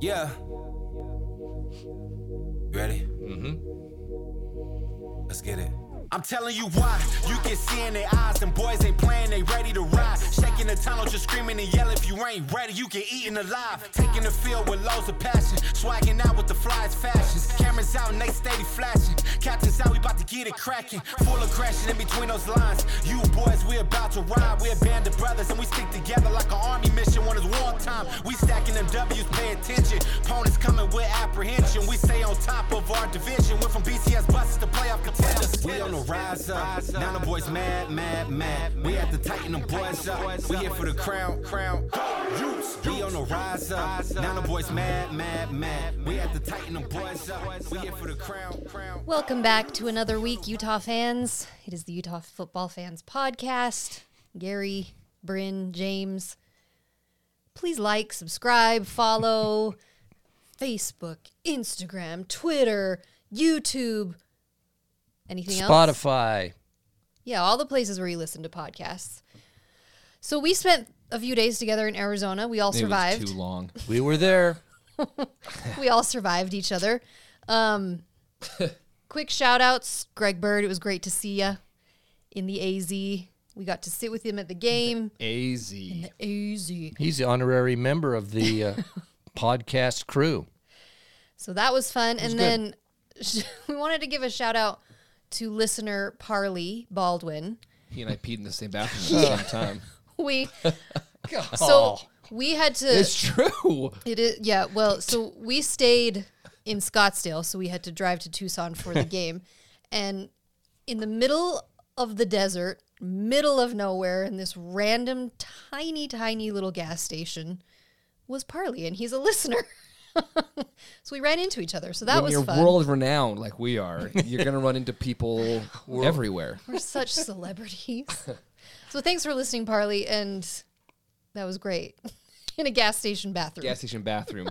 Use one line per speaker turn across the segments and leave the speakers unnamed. Yeah. Ready? Let's get it. I'm telling you why. You can see in their eyes, them boys ain't playing, they ready to ride. Shaking the tunnel, just screaming and yelling. If you ain't ready, you get eaten alive. Taking the field with loads of passion. Swagging out with the flies fashions. Cameras out and they steady flashing. Captain's out, we about to get it cracking. Full of crashing in between those lines. You boys, we about to ride. We're a band of brothers and we stick together like an army mission when it's wartime. We stacking them W's, pay attention. Opponents coming with apprehension. We stay on top of our division. Went from BCS buses to playoff contenders. We on the rise up. Now the boys mad, mad, mad. We have to tighten the boys up. We here for the crown, crown. We on the rise up. Now the boys mad, mad, mad. We have to tighten the boys up. We here for the crown, crown.
Welcome back to another week, Utah fans. It is the Utah Football Fans Podcast. Gary, Bryn, James. Please like, subscribe, follow Facebook, Instagram, Twitter, YouTube, anything else?
Spotify.
Yeah, all the places where you listen to podcasts. So we spent a few days together in Arizona. We all survived.
It was too long.
We were there.
we all survived each other. Um, quick shout outs Greg Bird, it was great to see ya in the AZ. We got to sit with him at the game.
AZ.
AZ.
He's the honorary member of the uh, podcast crew.
So that was fun. and then we wanted to give a shout out to listener Parley Baldwin.
He and I peed in the same bathroom at the same time.
We so we had to
It's true.
It is, yeah. Well, so we stayed in Scottsdale, so we had to drive to Tucson for the game. And in the middle of the desert, middle of nowhere, in this random, tiny, tiny little gas station was Parley, and he's a listener. so we ran into each other. So that
when
was
you're
fun.
world renowned like we are, you're gonna run into people everywhere.
We're such celebrities. so thanks for listening, Parley, and that was great. in a gas station bathroom.
Gas station bathroom.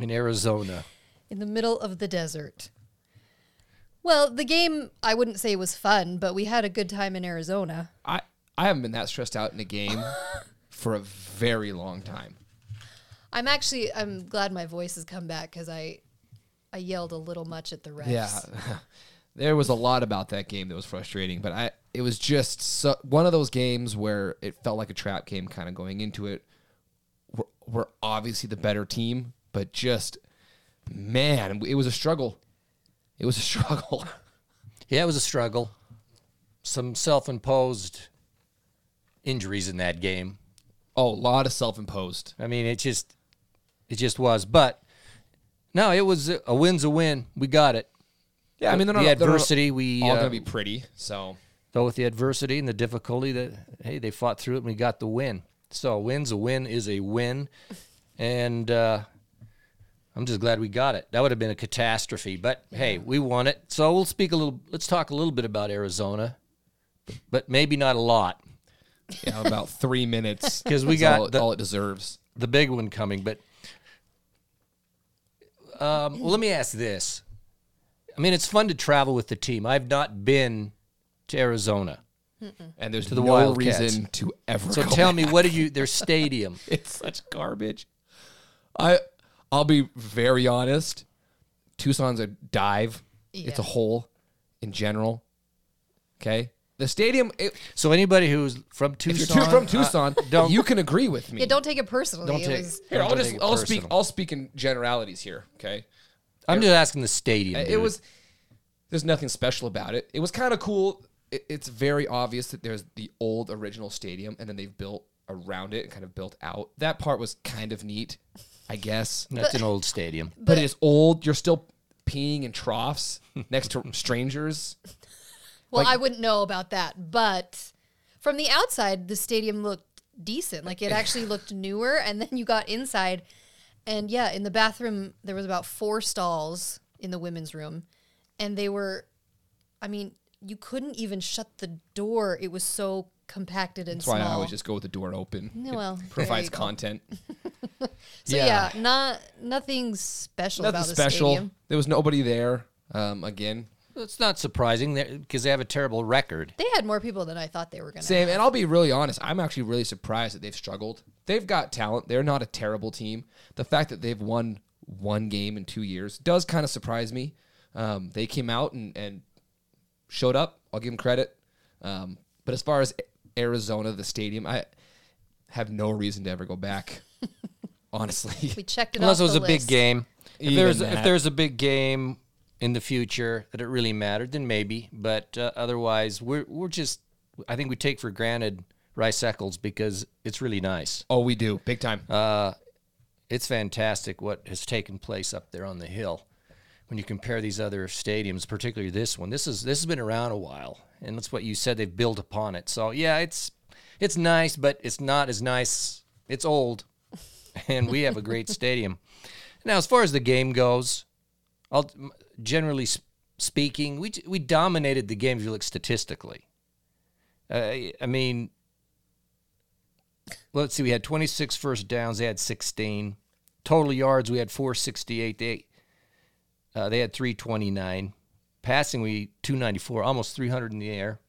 in Arizona.
in the middle of the desert. Well, the game I wouldn't say was fun, but we had a good time in Arizona.
I I haven't been that stressed out in a game for a very long time.
I'm actually I'm glad my voice has come back because I I yelled a little much at the refs.
Yeah. There was a lot about that game that was frustrating, but I it was just so, one of those games where it felt like a trap game kind of going into it. We're, we're obviously the better team, but just man, it was a struggle. It was a struggle.
Yeah, it was a struggle. Some self imposed injuries in that game.
oh, a lot of self-imposed.
I mean, it just it just was. But no, it was a win's a win. We got it.
Yeah, I mean they're
the
not they're not
adversity we
all
uh,
gonna be pretty. So
though with the adversity and the difficulty that hey they fought through it and we got the win so a win's a win is a win and uh, i'm just glad we got it that would have been a catastrophe but hey we won it so we'll speak a little let's talk a little bit about arizona but maybe not a lot
yeah, about three minutes
'Cause we
is
got
all,
the-
all it deserves.
the big one coming but um, well, let me ask this i mean it's fun to travel with the team i've not been to arizona
And there's
the
no
Wildcats.
reason to ever.
so
go
tell me what did you their stadium
it's such garbage. I I'll be very honest. Tucson's a dive. It's a
Yeah.
hole in general. Okay? The stadium it,
So anybody who's from
if
Tucson,
you're tu- from
uh,
Tucson,
don't-
you can agree with me.
Yeah, don't take it personally.
Don't
it
take-
was
Here, I'll
don't
just
take it
I'll speak
personal.
I'll speak in generalities here, okay?
I'm just asking the stadium.
It was there's nothing special about it. It was kind of cool. It, it's very obvious that there's the old original stadium, and then they've built around it and kind of built out. That part was kind of neat, I guess.
that's an old stadium.
But, it is old. You're still peeing in troughs next to strangers.
well, I wouldn't know about that, but from the outside, the stadium looked decent. Like it actually looked newer, and then you got inside, and yeah, in the bathroom there was about four stalls in the women's room, and they were, I mean, you couldn't even shut the door. It was so compacted and
That's why I
small.
always just go with the door open.
Yeah,
It
well, there
provides
you go.
content.
so yeah. not nothing special
Nothing
about the
special.
stadium.
There was nobody there. Um, again,
It's not surprising because they have a terrible record.
They had more people than I thought they were gonna.
Same, and I'll be really honest. I'm actually really surprised that they've struggled. They've got talent. They're not a terrible team. The fact that they've won one game in two years does kind of surprise me. Um, they came out and, and showed up. I'll give them credit. Um, but as far as Arizona, the stadium, I have no reason to ever go back. honestly,
We checked it
Unless
off
it was
the
a big
list.
game. If
Even
there's
that.
if there's a big game in the future that it really mattered, then maybe. But uh, otherwise, we're we're just I think we take for granted Rice Eccles because it's really nice.
oh, we do big time.
Uh, It's fantastic what has taken place up there on the hill. When you compare these other stadiums, particularly this one, this is this has been around a while, and that's what you said they've built upon it. So yeah, it's it's nice, but it's not as nice. It's old, and we have a great stadium. Now, as far as the game goes, I'll, m- generally s- speaking, we we dominated the game if you look statistically. Uh, I mean, let's see, we had 26 first downs, they had 16. Total yards, we had 468. They, uh, they had 329. Passing, we 294, almost 300 in the air.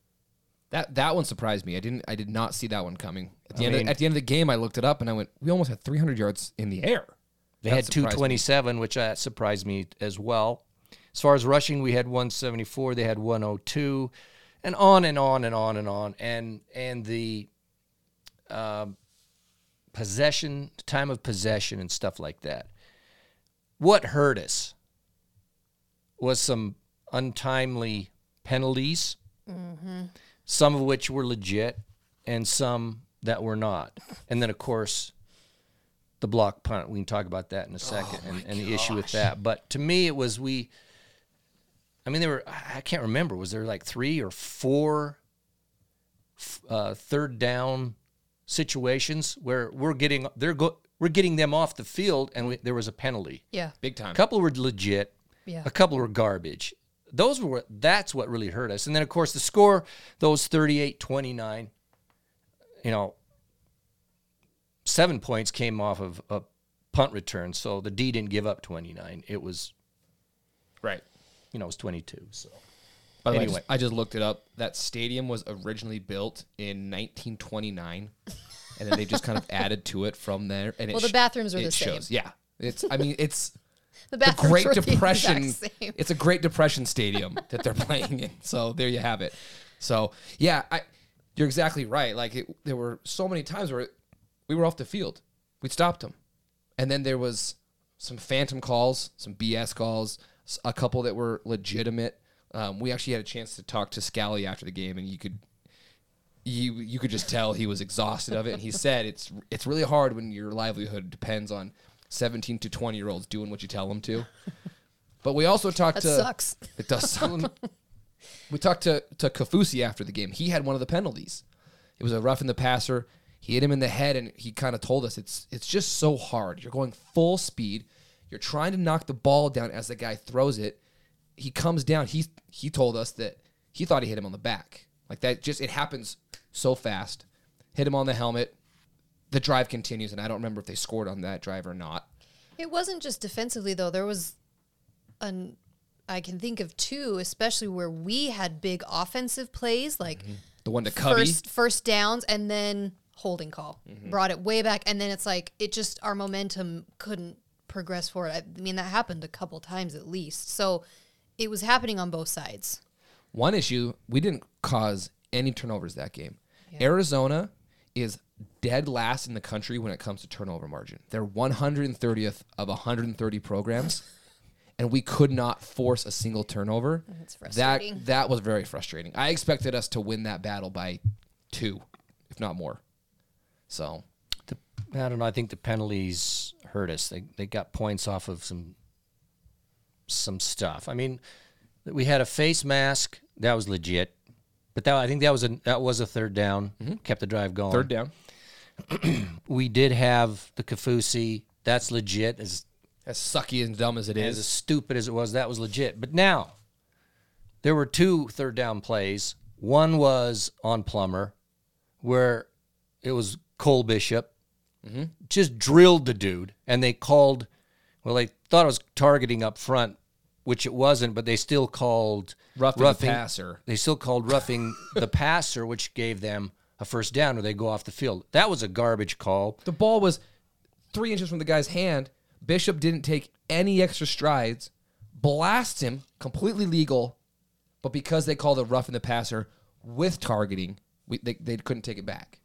that that one surprised me. I didn't. I did not see that one coming. At the
I
end,
mean-
of, at the end of the game, I looked it up and I went, "We almost had 300 yards in the air."
They
That
had
surprised me.
227, which uh, surprised me as well. As far as rushing, we had 174. They had 102, and on and on and on and on. And and the um possession, time of possession, and stuff like that. What hurt us was some untimely penalties, some of which were legit, and some that were not. And then, of course, the block punt. We can talk about that in a second and, and the issue with that. But to me, it was we. I mean, there were I I can't remember. Was there like three or four f- uh, third down situations where we're getting they're go, we're getting them off the field and we, there was a penalty.
Yeah.
Big time.
A couple were legit.
Yeah.
A couple were garbage. Those were that's what really hurt us. And then of course the score, those 38-29, you know, seven points came off of a punt return. So the D didn't give up 29. It was,
Right.
you know, it was 22. So
By the way, I
Anyway.
just- I just looked it up. That stadium was originally built in 1929, and then they just kind of added to it from there. And
Well,
it
the
sh-
bathrooms are
it
the same.
shows. Yeah, it's. I mean, it's
The,
the
bathrooms
Great
were the
Depression.
exact same.
it's a Great Depression stadium that they're playing in. So there you have it. So yeah, I, you're exactly right. Like it, there were so many times where we were off the field, we stopped them, and then there was some phantom calls, some BS calls, s- a couple that were legitimate. Um, we actually had a chance to talk to Scally after the game, and you could you you could just tell he was exhausted of it and he said it's it's really hard when your livelihood depends on 17 to 20 year olds doing what you tell them to but we also talked
That
to
sucks.
it does suck we talked to to Kafusi after the game he had one of the penalties it was a rough in the passer he hit him in the head and he kind of told us it's it's just so hard you're going full speed you're trying to knock the ball down as the guy throws it he comes down. He he told us that he thought he hit him on the back. Like that just it happens so fast. Hit him on the helmet. The drive continues, and I don't remember if they scored on that drive or not.
It wasn't just defensively though. There was an I can think of two, especially where we had big offensive plays like
The one to Cubby.
first first downs and then holding call. Brought it way back and then it's like it just our momentum couldn't progress forward. I mean that happened a couple times at least. So it was happening on both sides.
One issue we didn't cause any turnovers that game. Arizona is dead last in the country when it comes to turnover margin. They're 130th of 130 programs, and we could not force a single turnover.
That's
That
frustrating.
that was very frustrating. I expected us to win that battle by two, if not more. So
the, I don't know. I think the penalties hurt us. They they got points off of some some stuff. I mean, we had a face mask that was legit, but that I think that was a that was a third down. Kept the drive going.
third down.
We did have the Kafusi. That's legit. As
As sucky and dumb as it
as
is,
stupid as it was, that was legit. But now, there were two third down plays. One was on Plummer, where it was Cole Bishop,
Mm-hmm.
just drilled the dude, and they called. Well, they thought it was targeting up front, which it wasn't, but they still called
Roughing the passer.
They still called roughing the passer, which gave them a first down, or they go off the field. That was a garbage call.
the ball was three inches from the guy's hand. Bishop didn't take any extra strides, blasts him, completely legal, but because they called a rough in the passer with targeting, we, they, they couldn't take it back.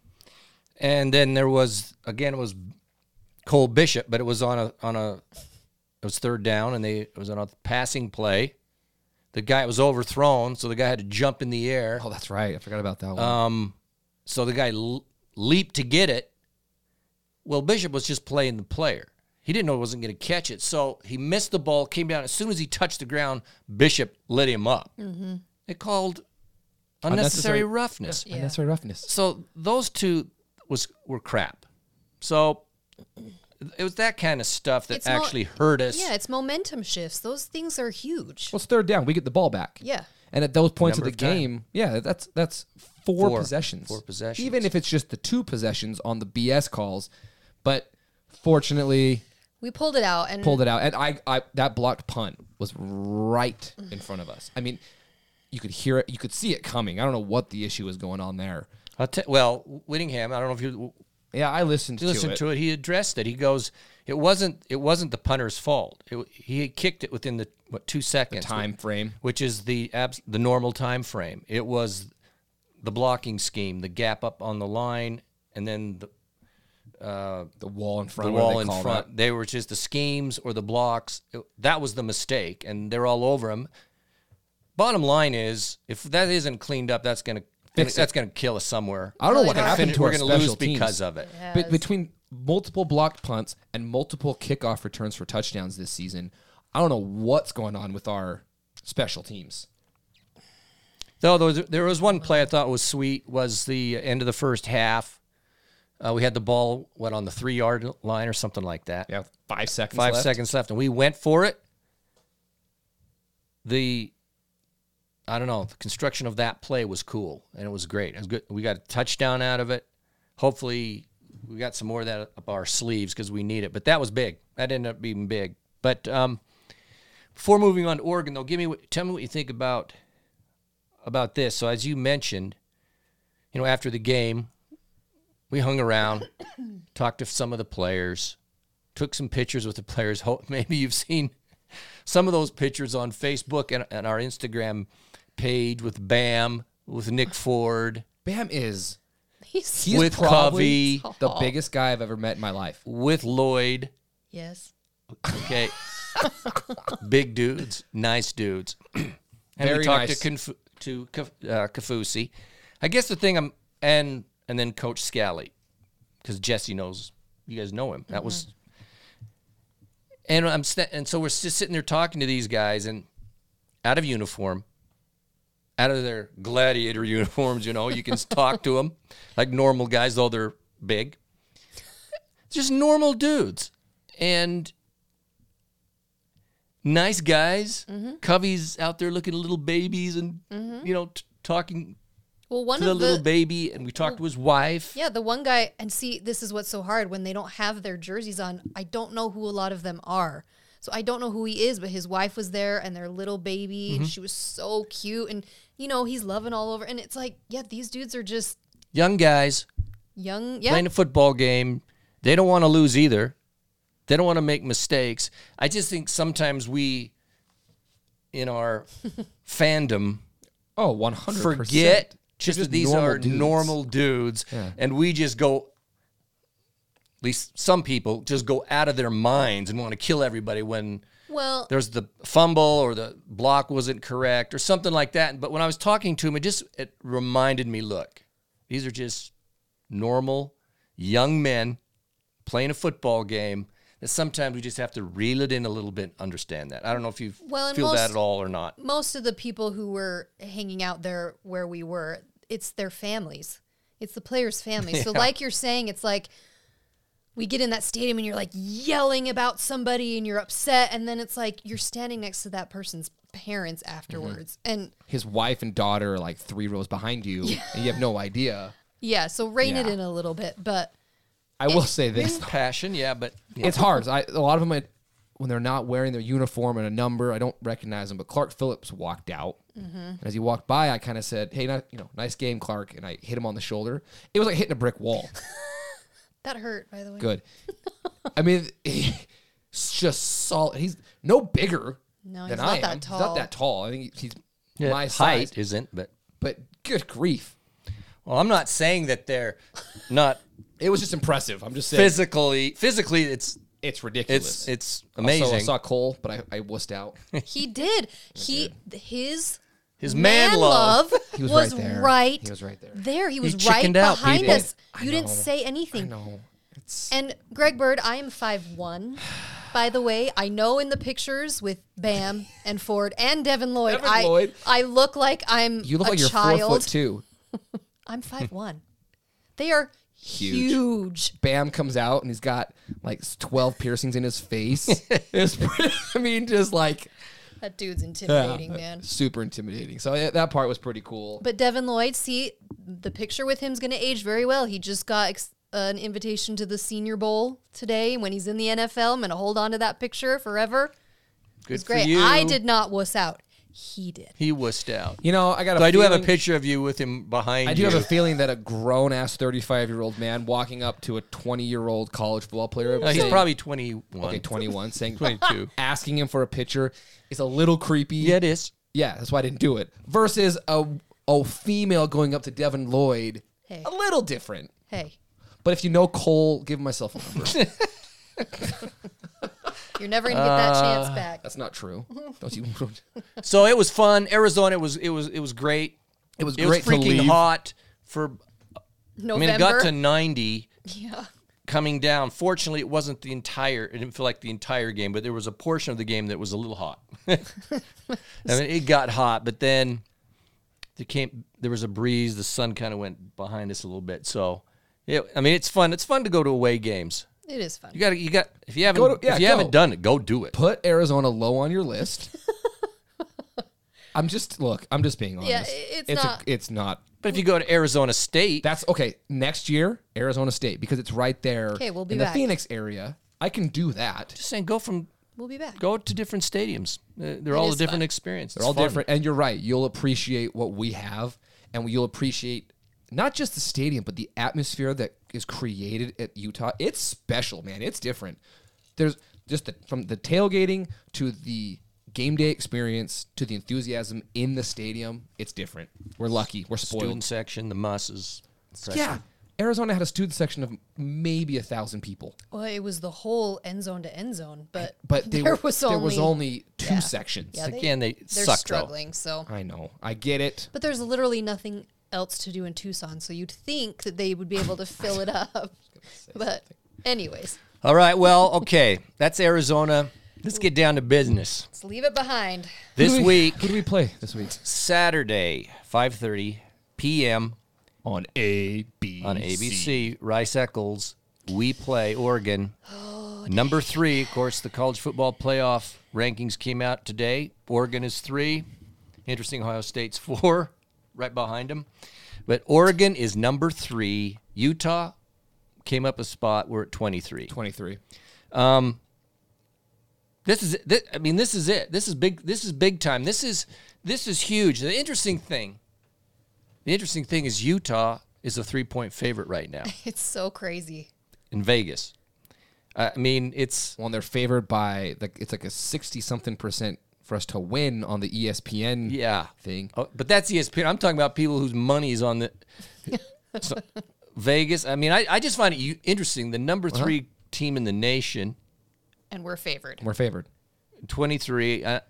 And then there was again it was Cole Bishop, but it was on a on a it was third down and they it was on a passing play. The guy was overthrown, so the guy had to jump in the air.
Oh, that's right. I forgot about that one.
Um, So the guy l- leaped to get it. Well, Bishop was just playing the player. He didn't know he wasn't going to catch it, so he missed the ball. Came down as soon as he touched the ground. Bishop lit him up. Mm-hmm. It called unnecessary,
Unnecessary-
roughness.
Unnecessary roughness.
So those two was were crap. So it was that kind of stuff that
It's mo-
actually hurt us.
Yeah, it's momentum shifts. Those things are huge.
Well, it's third down. We get the ball back.
Yeah.
And at those points
Number
of the
of time.
game, yeah, that's that's four,
Four.
possessions.
Four possessions.
Even if it's just the two possessions on the BS calls, but fortunately
we pulled it out and
pulled it out. And I, I that blocked punt was right in front of us. I mean, you could hear it, you could see it coming. I don't know what the issue was going on there.
I'll te- well, Whittingham. I don't know if you
Yeah, I listened to
Listen
it.
to it. He addressed it. He goes, "It wasn't. It wasn't the punter's fault. It, he had kicked it within the what two seconds
time frame.
which is the abs- the normal time frame. It was the blocking scheme, the gap up on the line, and then the,
The wall in
the
front. whatever
wall
they
in
call that.
front. They were just the schemes or the blocks. It- that was the mistake, and they're all over him. Bottom line is, if that isn't cleaned up, that's gonna
Fix it.
that's gonna kill us somewhere.
I don't know
Really
what
hard.
happened
Finish-
to
we're
our
gonna
special
lose
teams.
because of it.
Yeah,
But
it's-
between multiple blocked punts and multiple kickoff returns for touchdowns this season, I don't know what's going on with our special teams.
Though there was, there was one play I thought was sweet was the end of the first half. Uh, we had the ball what on the three yard line or something like that.
Yeah, five seconds.
Five
left.
seconds left, and we went for it. The I don't know the construction of that play was cool and it was great. It was good. We got a touchdown out of it. Hopefully, we got some more of that up our sleeves because we need it. But that was big. That ended up being big. But um, before moving on to Oregon, though, give me what- tell me what you think about about this. So as you mentioned, you know, after the game, we hung around, talked to some of the players, took some pictures with the players. Ho- Maybe you've seen some of those pictures on Facebook and, and our Instagram page with Bam, with Nick Ford,
Bam is
He's-
he's
With
probably
Covey.
the biggest guy I've ever met in my life.
with Lloyd.
yes.
Okay. Big dudes, nice dudes. and
Very
we talked
nice.
to Confu- to Kaf- uh, Kafusi. I guess the thing I'm and and then Coach Scally, because Jesse knows you guys know him. That was. And I'm sta- and so we're just sitting there talking to these guys and out of uniform, out of their gladiator uniforms. You know, you can talk to them like normal guys, though they're big. Just normal dudes, and nice guys.
Mm-hmm.
Covey's out there looking at little babies and you know t- talking
Well, Mm-hmm. one
to the
of the
little baby, and we talked to his wife.
yeah, the one guy, and see, this is what's so hard when they don't have their jerseys on. I don't know who a lot of them are, so I don't know who he is. But his wife was there, and their little baby, and she was so cute, and you know he's loving all over. And it's like, yeah, these dudes are just
Young guys
young. Yeah,
playing a football game. They don't want to lose either. They don't want to make mistakes. I just think sometimes we, in our fandom,
Oh, 100
forget just that these
normal
are
dudes.
normal dudes, and we just go. At least some people just go out of their minds and want to kill everybody when
well,
there's the fumble or the block wasn't correct or something like that. But when I was talking to him, it just it reminded me, look, these are just normal young men playing a football game. That sometimes we just have to reel it in a little bit, and understand that. I don't know if you
Well, and
feel that
most-
at all or not.
most of the people who were hanging out there where we were, it's their families. It's the players' families. So, like you're saying, it's like we get in that stadium and you're like yelling about somebody and you're upset. And then it's like you're standing next to that person's parents
Mm-hmm.
afterwards. And
His wife and daughter are like three rows behind you, and you have no idea.
yeah, so rein it
Yeah.
in a little bit. But
I will say this.
Passion, yeah, but yeah.
It's hard. I, a lot of them, I, when they're not wearing their uniform and a number, I don't recognize them. But Clark Phillips walked out,
Mm-hmm.
and as he walked by, I kind of said, "Hey, ni- you know, nice game, Clark," and I hit him on the shoulder. It was like hitting a brick wall.
that hurt, by the way.
Good. I mean, s- just solid. He's no bigger
No,
than
he's
I
not that
am. He's not
tall.
that tall. I think he's
Yeah,
my
height
size.
isn't, but
But good grief,
well, I'm not saying that they're not
it was just impressive. I'm just saying
physically. Physically, it's
it's
it's
ridiculous.
it's
Also,
amazing.
I saw Cole, but I, I wussed out.
He did. He his
His man love.
He was
was,
right there.
right.
He was right there.
There, he was
chickened
right
out,
behind
people.
us. You didn't
know.
say anything.
no, it's
And Greg Bird, I am five one. By the way, I know in the pictures with Bam and Ford and Devin Lloyd,
Devin
I
Lloyd.
I look like I'm
you look
a
like you're
child.
four foot two. Hmm.
I'm five one. They are
Huge.
huge.
Bam comes out and he's got like twelve piercings in his face. it's pretty, I mean, just like
That dude's
yeah,
intimidating, man.
super intimidating. So yeah, that part was pretty cool.
But Devin Lloyd, see, the picture with him's going to age very well. He just got ex- an invitation to the Senior Bowl today. When he's in the NFL, I'm going to hold on to that picture forever.
Good
It's great.
For you.
I did not wuss out. He did.
He wussed out.
you know, I got.
So I do have a
feeling-
picture of you with him behind.
I do
you.
have a feeling that a grown ass thirty five year old man walking up to a twenty year old college football player.
No, he's
saying-
probably 21.
okay, twenty one, saying
22.
asking him for a picture is a little creepy.
yeah, it is.
Yeah, that's why I didn't do it. Versus a a female going up to Devin Lloyd,
Hey.
a little different.
Hey,
But if you know Cole, give myself a number.
you're never going to get
Uh,
that chance back.
that's not true. Don't you?
So it was fun. Arizona. It was. It was. It was great.
It was
It was
great to
freaking
leave.
hot. For I mean,
November.
it got to 90
yeah.
coming down. Fortunately, it wasn't the entire. It didn't feel like the entire game, but there was a portion of the game that was a little hot. I mean, it got hot, but then there came. There was a breeze. The sun kind of went behind us a little bit. So, it, I mean, it's fun. It's fun to go to away games.
It is fun.
You got. to You got. If you haven't.
Go to- yeah,
if you
go.
haven't done it, go do it.
Put Arizona low on your list. I'm just look. I'm just being honest.
Yeah, it's
a-
not-
it's not.
But if you go to Arizona State,
That's okay. Next year, Arizona State, because it's right there.
Okay, we'll be
in the
back.
Phoenix area. I can do that.
just saying, go from
We'll be back.
go to different stadiums. Uh, They're all a
is
different
fun.
experience.
They're
It's
all
fun.
different, and you're right. You'll appreciate what we have, and you'll appreciate not just the stadium, but the atmosphere that is created at Utah. It's special, man. It's different. There's just the, from the tailgating to the game day experience to the enthusiasm in the stadium. It's different. We're lucky. We're
Student
spoiled.
section, the musses. section.
Yeah, Arizona had a student section of maybe a thousand people,
Well, it was the whole end zone to end zone, but
but they
there
were,
was
there
only
was only two
Yeah.
sections.
Yeah, they-
Again, they
they're
suck
struggling. So
I know. I get it.
But there's literally nothing else to do in Tucson, so you'd think that they would be able to fill it up. But anyways,
though. All right. Well, okay. That's Arizona. Let's get down to business.
let's leave it behind.
This
Who do we-
week,
who do we play this week?
Saturday, 5:30 p.m.
on ABC.
on ABC, Rice Eccles. We play Oregon. Number three, of course, the college football playoff rankings came out today. Oregon is three. Interesting, Ohio State's four, right behind them. But Oregon is number three. Utah came up a spot. We're at 23.
23.
This is it. I mean, this is it. This is big. This is big time. This is this is huge. The interesting thing, the interesting thing is Utah is a three point favorite right now
It's so crazy.
in Vegas. I mean, it's
Well, and they're favored by like it's like a 60 something percent for us to win on the E ESPN
yeah.
thing.
Oh, but that's ESPN. I'm talking about people whose money's on the So, Vegas. I mean, I, I just find it u- interesting. The number 3 team in the nation,
And we're favored.
We're favored.
23. I,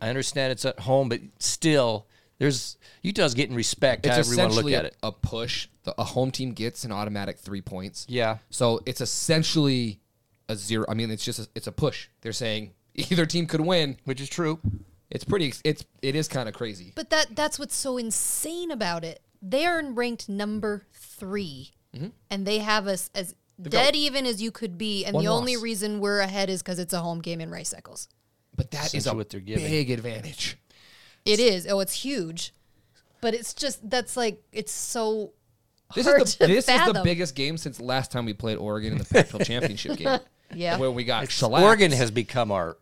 I understand it's at home, but still, there's Utah's getting respect.
It's
however you want to look
essentially
at it.
a, a push. The, a home team gets an automatic 3 points.
Yeah.
So it's essentially a zero I mean it's just a, it's a push. They're saying either team could win.
Which is true.
It's pretty it's it is kind of crazy.
But that that's what's so insane about it. They are ranked number 3 and they have us as dead even as you could be. And
One
the only
loss.
reason we're ahead is because it's a home game in Rice Eccles.
But that is a
Essentially what they're giving.
big advantage.
It is. Oh, it's huge. But it's just that's like it's so.
This
hard
is the
to
this is the
fathom.
biggest game since last time we played Oregon in the Pac-12 championship game.
Yeah.
where we got shellacked.
Oregon has become our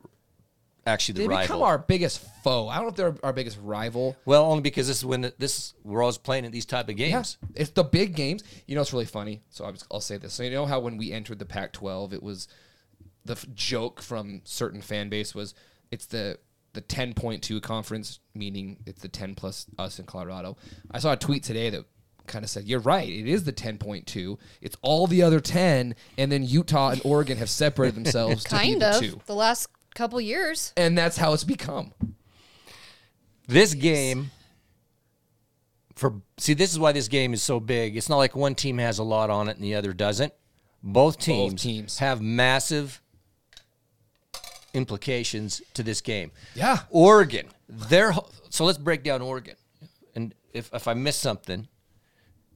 actually the
they
rival.
become our biggest foe. I don't know if they're our biggest rival.
well, only because this is when the, this we're always playing at these type of games.
Yes, it's the big games. You know, it's really funny. So I'm just, I'll say this. So you know how when we entered the Pac-12, it was the f- joke from certain fan base was it's the the 10.2 conference, meaning it's the 10 plus us in Colorado. I saw a tweet today that kind of said, "You're right. It is the 10.2. It's all the other 10, and then Utah and Oregon have separated themselves to be
kind
the
of
two,
the last couple years.
and that's how it's become."
This game for see this is why this game is so big. It's not like one team has a lot on it and the other doesn't. Both teams,
teams.
have massive implications to this game.
Yeah.
Oregon. Their ho- so let's break down Oregon. And if if I miss something.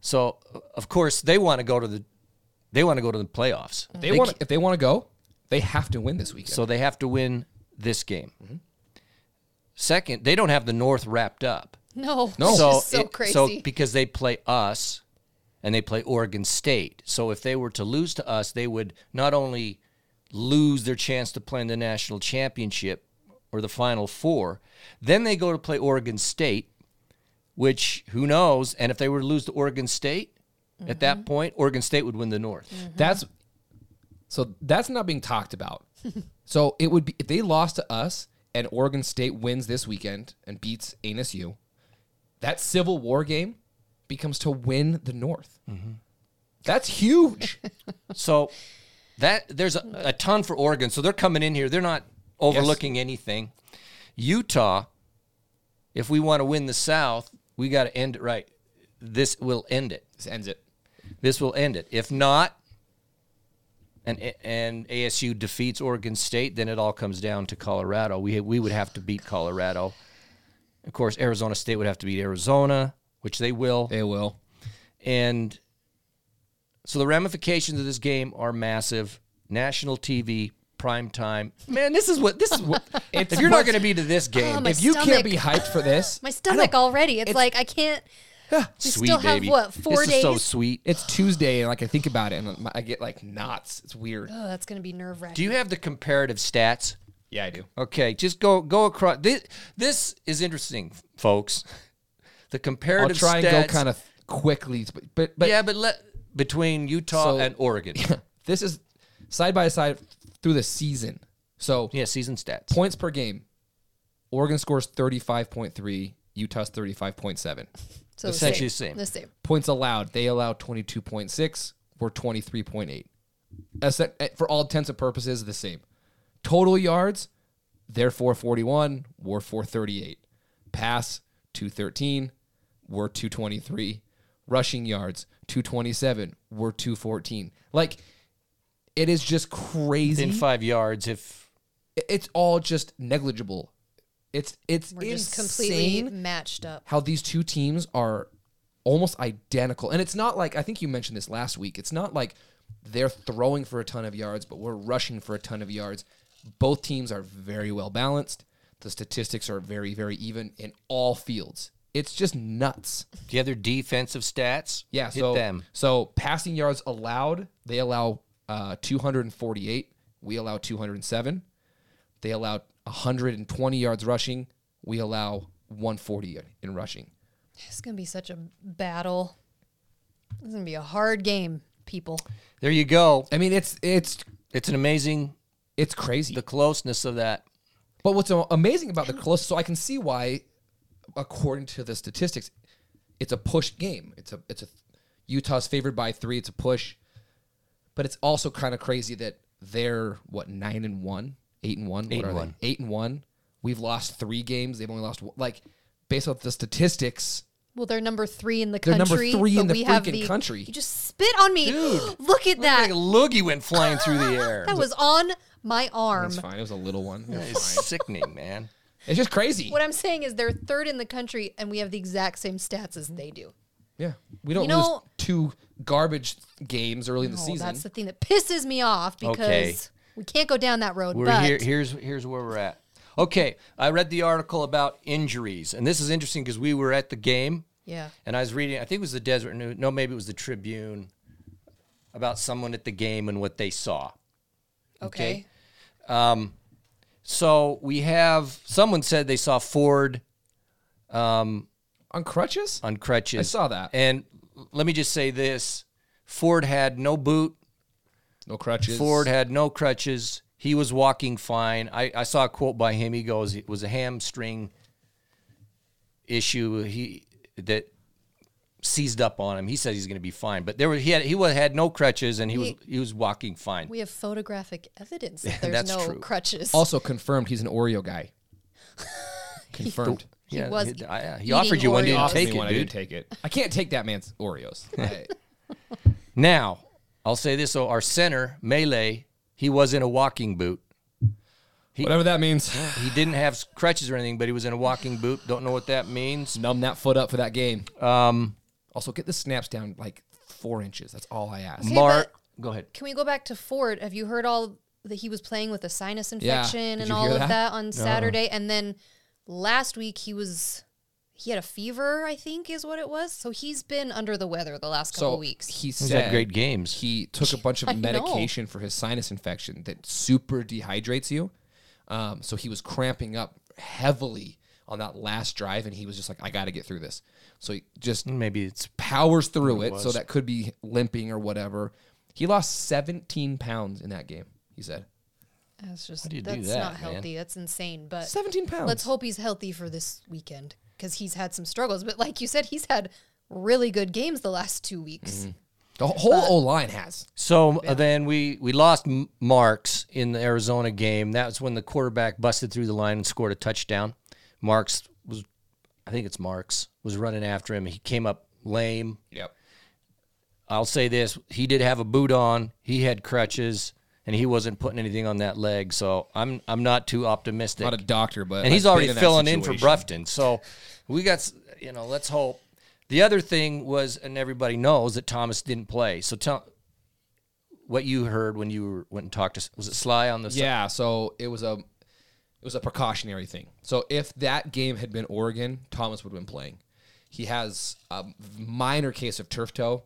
So of course they want to go to the they want to go to the playoffs.
Mm-hmm. They want if they want to go, they have to win this weekend.
So they have to win this game.
Mm-hmm.
Second, they don't have the North wrapped up.
No,
No.
it's
So,
just so
it-
crazy.
so because they play us and they play Oregon State. So if they were to lose to us, they would not only lose their chance to play in the national championship or the final four, then they go to play Oregon State, which who knows? And if they were to lose to Oregon State, at
Mm-hmm.
that point, Oregon State would win the North.
That's so that's not being talked about. so it would be if they lost to us and Oregon State wins this weekend and beats ANSU, that Civil War game becomes to win the North.
Mm-hmm.
That's huge.
So that there's a, a ton for Oregon. So they're coming in here. They're not overlooking anything. Utah, if we want to win the South, we got to end it right. This will end it.
this ends it.
This will end it. If not, and and ASU defeats Oregon State, then it all comes down to Colorado. We we would have to beat Colorado. Of course, Arizona State would have to beat Arizona, which they will.
They will.
And so the ramifications of this game are massive. National TV, prime time. Man, this is what this is what if you're not going to be to this game.
Oh my
if you can't
stomach.
be hyped for this,
my stomach already. It's,
it's-
like I can't. we
sweet
still have,
baby.
what, four
this is so
days?
sweet.
it's Tuesday and like I think about it and my- I get like knots. It's weird.
Uh,
Oh, that's gonna be nerve wracking.
Do you have the comparative stats?
Yeah, I do.
Okay, just go go across. This this is interesting, folks. The
I'll
comparative
try
stats.
and go kind of quickly, but but, but
yeah, but let between Utah
So-
and Oregon.
this is side by side through the season. So
yeah, season stats.
points per game. Oregon scores 35.3, Utah's 35.7.
so the
essentially
same,
the
The same.
Points allowed, they allow 22.6, we're 23.8. As- eh, For all intents and purposes, the same. Total yards, they're 441, we're 438. Pass, 213, we're 223. Rushing yards, 227, we're 214. Like, it is just crazy
In five yards, if
it- it's all just negligible. It's it's
We're
insane
just completely matched up.
how these two teams are almost identical. And it's not like I think you mentioned this last week. It's not like they're throwing for a ton of yards, but we're rushing for a ton of yards. Both teams are very well balanced. The statistics are very very even in all fields. It's just nuts.
the other defensive stats,
Yeah,
hit
so
them.
so passing yards allowed, they allow uh, 248. We allow 207. They allow 120 yards rushing. We allow 140 in rushing.
It's gonna be such a battle. It's gonna be a hard game, people.
There you go.
I mean, it's it's
It's an amazing
it's crazy.
the closeness of that.
But what's a- amazing about the close, so I can see why, according to the statistics, it's a push game. It's a it's a Utah's favored by three. It's a push, but it's also kind of crazy that they're what nine and one, eight and one, What
Eight and
are they?
one.
eight and one. We've lost three games. They've only lost one- like based off the statistics.
Well, they're number three in the
They're
country.
number three in
but
the
we have
freaking
the-
country.
You just spit on me.
Dude.
Look at
Like
that.
a loogie went flying through the air.
That was on my arm.
It's fine. It was a little one.
It's sickening, man.
It's just crazy.
What I'm saying is they're third in the country, and we have the exact same stats as they do.
Yeah, we don't
You know-
lose two garbage games early in the
Oh,
season.
that's the thing that pisses me off because
Okay.
we can't go down that road.
We're
but
here. Here's here's where we're at. Okay, I read the article about injuries, and this is interesting because we were at the game,
yeah,
and I was reading. I think it was the Desert News. No, maybe it was the Tribune about someone at the game and what they saw.
okay.
Okay. So we have someone said they saw Ford
On crutches?
on crutches.
I saw that.
And let me just say this: Ford had no boot.
No crutches.
Ford had no crutches. He was walking fine. I, I saw a quote by him. He goes, it was a hamstring issue. He that seized up on him. He said he's going to be fine. But there was he had he was, had no crutches and he, was he was walking fine.
We have photographic evidence that there's
that's
no
true.
crutches.
Also confirmed he's an Oreo guy. confirmed.
he was
he, I- I- he
eating
offered you one,
Oreos.
didn't
Offered me
take
one,
it,
I didn't
dude.
take it. I can't take that man's Oreos. I-
Now, I'll say this: though, our center melee, he was in a walking boot.
whatever that means.
He didn't have crutches or anything, but he was in a walking boot. Don't know what that means.
Numb that foot up for that game. Um. Also, get the snaps down like four inches. That's all I
Mm.
ask.
Mark, go ahead.
Can we go back to Ford? Have you heard all that he was playing with a sinus infection
Did
and
you
all
hear
of
that? Uh-huh.
that, on Saturday? And then last week he was he had a fever, I think is what it was. So he's been under the weather the last couple
So
weeks.
he
He's
said
had great games.
he took a bunch
I
of
know.
medication for his sinus infection that super dehydrates you. Um, so he was cramping up heavily on that last drive, and he was just like, "I got to get through this." So he just
Maybe it's
powers through it. So that could be limping or whatever. He lost 17 pounds in that game. He said
That's just
do you do
that's
that,
not
man?
healthy. That's insane. But
17 pounds.
let's hope he's healthy for this weekend because he's had some struggles. But like you said, he's had really good games the last two weeks.
Mm-hmm. the whole O line has.
So uh, then we we lost M- Marks in the Arizona game. That was when the quarterback busted through the line and scored a touchdown. Marks was, I think it's Marks, was running after him. He came up lame.
Yep.
I'll say this: he did have a boot on. He had crutches, and he wasn't putting anything on that leg. So I'm I'm not too optimistic.
Not a doctor, but
and he's
I've been
already
that
filling in for
situation.
Brufton. So we got s- you know. Let's hope. The other thing was, and everybody knows that Thomas didn't play. So tell what you heard when you were, went and talked to. Was it Sly on the? si-
Yeah, so it was a it was a precautionary thing. So if that game had been Oregon, Thomas would have been playing. He has a minor case of turf toe,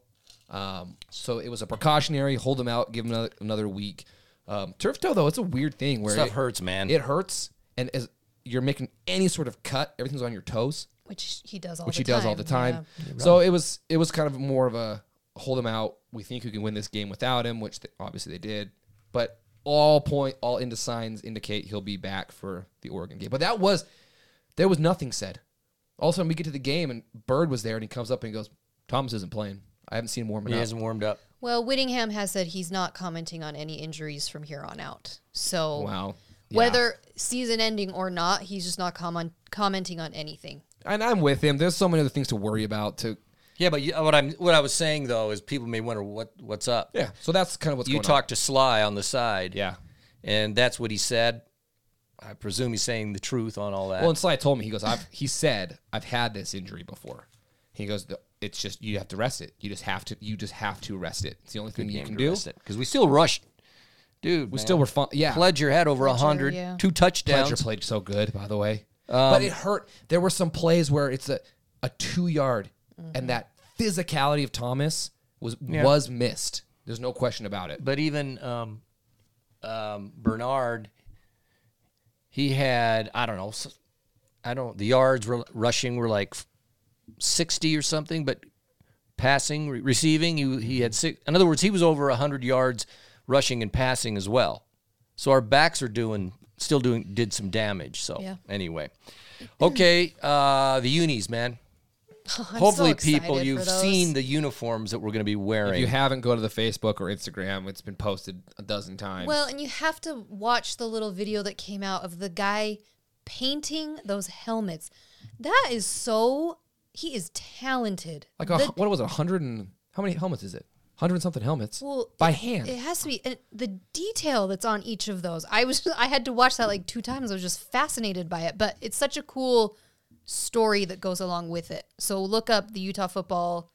um, so it was a precautionary. Hold him out, give him another, another week. Um, turf toe though, it's a weird thing where
Stuff
it-
hurts, man.
It hurts, and as you're making any sort of cut, everything's on your toes
Which he does all
which
the
he
time.
does all the time.
Yeah.
So it was it was kind of more of a hold him out. We think we can win this game without him, which they, obviously they did. But all point all into signs indicate he'll be back for the Oregon game. But that was there was nothing said. All of a sudden we get to the game and Bird was there and he comes up and he goes, Thomas isn't playing. I haven't seen him warming
he
up.
hasn't warmed up.
Well, Whittingham has said he's not commenting on any injuries from here on out. So
Wow. Yeah.
whether season ending or not, he's just not comment- commenting on anything.
And I'm with him. There's so many other things to worry about. To
Yeah, but you, uh, what I'm what I was saying though is people may wonder what what's up.
yeah. So that's kind of what's
you
going
talked to Sly on the side.
on. Yeah.
and that's what he said. I presume he's saying the truth on all that.
Well, and Sly told me he goes, I've he said I've had this injury before. He goes, "The- it's just you have to rest it. You just have to. You just have to rest it. It's the only thing you can do.
because we still rushed, dude.
We still were fun. Yeah,
pledge your head over a hundred,
yeah.
two touchdowns.
Pledger played so good, by the way. but it hurt. There were some plays where it's a a two yard, and that physicality of Thomas was was missed. There's no question about it.
But even um, um, Bernard, he had I don't know, s- I don't. The yards were rushing were like sixty or something, but passing, re- receiving, he he had six. In other words, he was over hundred yards rushing and passing as well. So our backs are doing still doing did some damage. So
Yeah.
anyway, okay, uh, the unis, man.
I'm so
Hopefully,
excited
people,
for
you've
those.
seen the uniforms that we're going to be wearing.
If you haven't, go to the Facebook or Instagram. It's been posted a dozen times.
Well, and you have to watch the little video that came out of the guy painting those helmets. That is so. He is talented.
like a, what was it? hundred and how many helmets is it? Hundred and something helmets.
Well,
by
it-
hand.
It has to be and the detail that's on each of those. I was I had to watch that like two times. I was just fascinated by it, but it's such a cool story that goes along with it. So look up the Utah football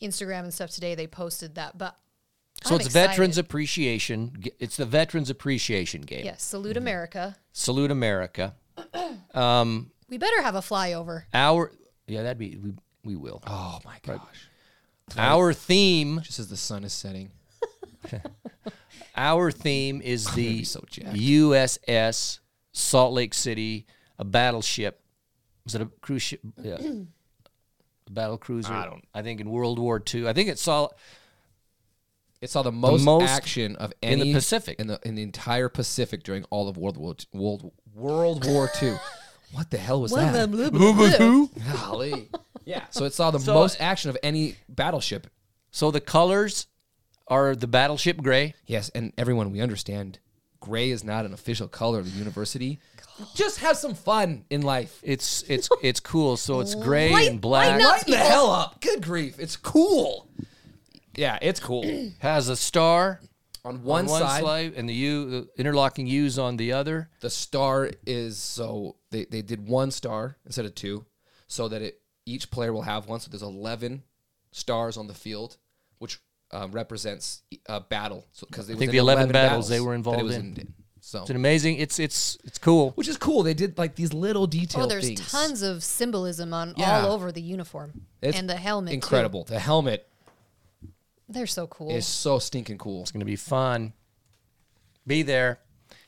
Instagram and stuff today. They posted that, but
So
I'm
it's
excited.
Veterans Appreciation. G- It's the Veterans Appreciation Game.
Yes, salute America.
Salute America.
We better have a flyover.
Our yeah, that'd be we, we will.
oh my gosh.
Our theme,
Just as the sun is setting.
our theme is the
so jacked.
USS Salt Lake City, a battleship. Was it a cruise ship? Yeah. A battle cruiser. I don't. I think in World War II. I think it saw.
It saw the most,
most
action of
in
any
the Pacific.
in the in the entire Pacific during all of World War World World War II. What the hell was that? Golly. Yeah. So it saw the most action of any battleship.
So the colors are the battleship gray.
Yes, and everyone we understand gray is not an official color of the university. Just have some fun in life.
It's it's it's cool. So it's gray
Light-
and black.
lighten up.
Lighten the hell up. Good grief. It's cool. Yeah, it's cool.
Has a star
on one,
on one
side,
side and the U the interlocking U's on the other.
the star is so they, they did one star instead of two so that it each player will have one so there's 11 stars on the field which um, represents a battle because
think the 11 battles they were involved in.
so
It's an amazing. It's it's it's cool.
which is cool they did like these little detail
Oh, there's
things.
tons of symbolism on
Yeah.
all over the uniform
It's
and the helmet. too.
incredible the helmet
They're so cool.
is so stinking cool
It's gonna be fun. Be there.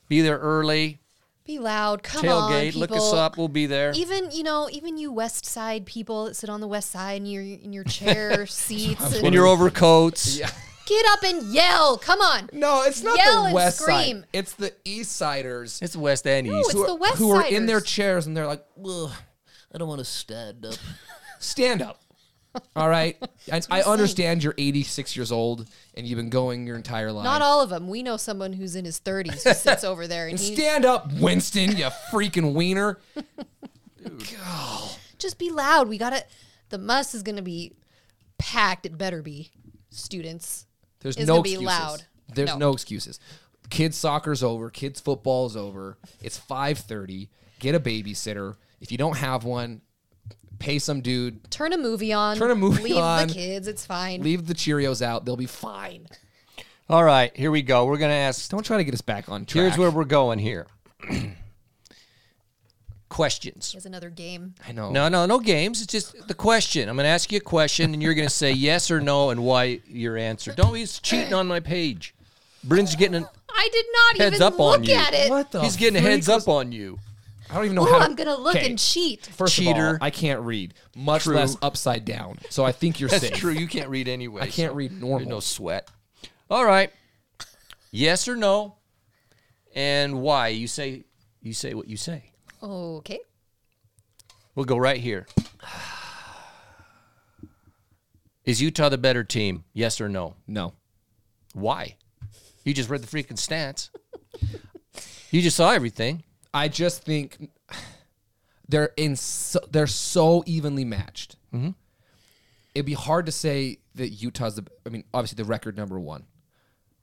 Be there early.
Be loud. Come on,
Tailgate.
people.
Look us up. We'll be there.
Even you know, even you West Side people that sit on the West Side in your in your chair seats, and
In your overcoats.
yeah
get up and yell. Come on.
no it's not
Yell
the
and
west
scream.
side it's the east siders
It's West and East.
it's the West
who are in their
Siders.
chairs and they're like
Ugh, I don't want to stand up.
stand up. All right. I, I understand you're 86 years old and you've been going your entire life.
Not all of them. We know someone who's in his 30s who sits over there and he
Stand up, Winston, you freaking wiener.
just be loud. We gotta. The must is gonna be packed. It better be students.
There's
It's
no
gonna be
excuses.
loud.
There's no.
No.
excuses. Kids soccer's over, kids football's over. It's 5:30. Get a babysitter. If you don't have one, pay some dude.
Turn a movie on.
Turn a movie
leave
on.
the kids. It's fine.
Leave the Cheerios out. They'll be fine.
All right. Here we go. We're gonna ask.
Don't try to get us back on track.
Here's where we're going here. Questions.
Here's another game.
I know.
No, no, no games. It's just the question. I'm going to ask you a question, and you're going to say yes or no and why your answer. Don't he's cheating on my page. Bryn's getting a,
I did not
Heads
even
up on
look
you.
at it.
What the
he's getting a
freak
heads
was-
up on you.
I don't even know
Ooh,
how to-
I'm gonna look
Okay.
and cheat.
First
Cheater.
of all, I can't read, much
True.
less upside down. So I think you're
That's
safe.
true. You can't read anyway.
I can't read normal.
No sweat. All right. Yes or no, and why? You say you say what you say.
Okay.
We'll go right here. Is Utah the better team? Yes or no?
No.
Why? You just read the freaking stats. you just saw everything.
I just think they're in. So, they're so evenly matched. Mm-hmm. It'd be hard to say that Utah's the. I mean, obviously the record number one.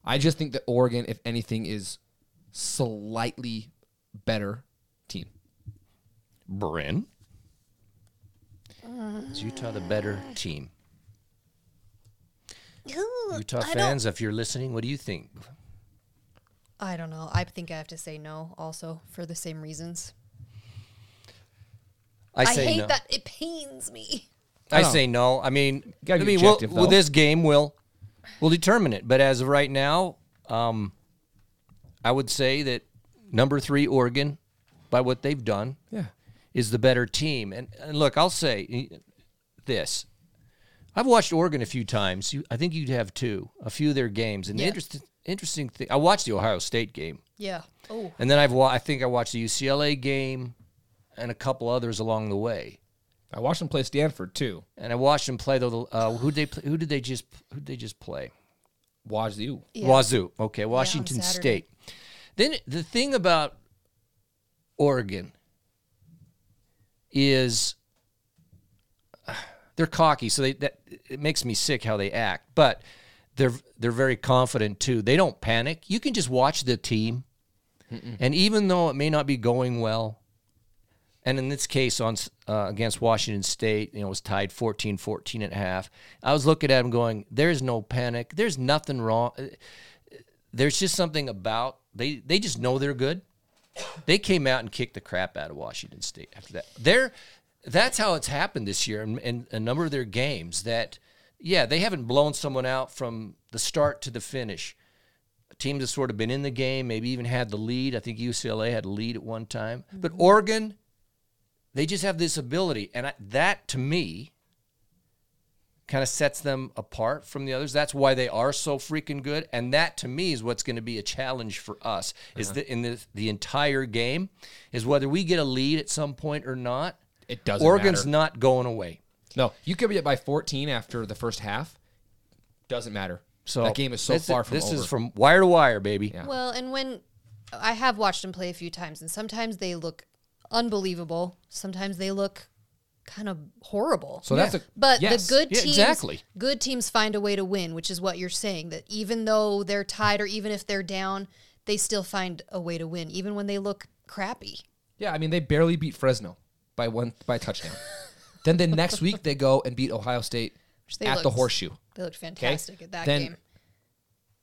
I just think that Oregon, if anything, is slightly better team.
Bryn. Is Utah the better team? Utah fans, if you're listening, what do you think?
I don't know. I think I have to say no. Also, for the same reasons.
I
I
say
hate
no.
that. It pains me.
I
don't
say no. I mean, I
Gotta be
mean, we'll,
objective,
well,
though.
this game will will determine it. But as of right now, um, I would say that number three Oregon, by what they've done,
Yeah.
is the better team. And, and look, I'll say eh, this. I've watched Oregon a few times. You, I think you'd have too. A few of their games. And the
Yeah.
interest, interesting thing, I watched the Ohio State game,
Yeah. Oh.
and then I've wa- I think I watched the UCLA game, and a couple others along the way.
I watched them play Stanford too.
And I watched them play. The uh, who they play, who did they just who did they just play?
Watch you.
Yeah.
Wazoo. Okay, Washington
Saturday.
State. Then the thing about Oregon is they're cocky, so they that it makes me sick how they act, but they're they're very confident too. They don't panic. You can just watch the team, and even though it may not be going well, and in this case on s- uh, against Washington State, you know, it was tied 14-14 at half. I was looking at him going, "There's no panic. There's nothing wrong. Uh, There's just something about they they just know they're good. They came out and kicked the crap out of Washington State after that. They're that's how it's happened this year in, in a number of their games. That yeah, they haven't blown someone out from the start to the finish. Teams have sort of been in the game, maybe even had the lead. I think UCLA had a lead at one time,
Mm-hmm.
but Oregon they just have this ability and I, that to me kind of sets them apart from the others. That's why they are so freaking good. And that to me is what's going to be a challenge for us is
Uh-huh.
that in the, the entire game is whether we get a lead at some point or not.
It doesn't
Oregon's
matter.
not going away.
No, you could be up by 14 after the first half. Doesn't matter.
So
that game is so
this
far from
this
over.
is from wire to wire, baby.
Well, and when I have watched them play a few times, and sometimes they look unbelievable. Sometimes they look kind of horrible.
so that's a
but
yes.
the good
Yeah,
teams,
exactly.
good teams find a way to win, which is what you're saying. That even though they're tied or even if they're down, they still find a way to win, even when they look crappy.
Yeah, I mean they barely beat Fresno by one by a touchdown. then the next week they go and beat Ohio State
Which they
at the
looked-
horseshoe.
They looked fantastic at that
Then-
game.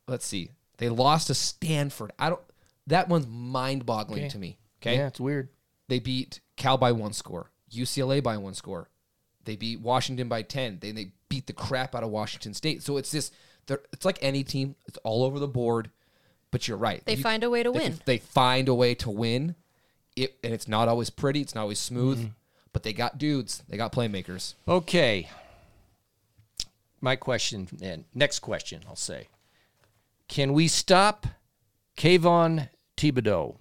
Let's see. They lost to Stanford. I don't that one's mind boggling to me. Okay.
Yeah, it's weird.
They beat Cal by one score, UCLA by one score. They beat Washington by 10. Then they beat the crap out of Washington State. So it's this, they're, it's like any team, it's all over the board, but you're right.
They find a way to
they
win.
can- they find a way to win. It, and it's not always pretty, it's not always smooth, but they got dudes, they got playmakers.
Okay. My question then, next question, I'll say. Can we stop Kayvon Thibodeau?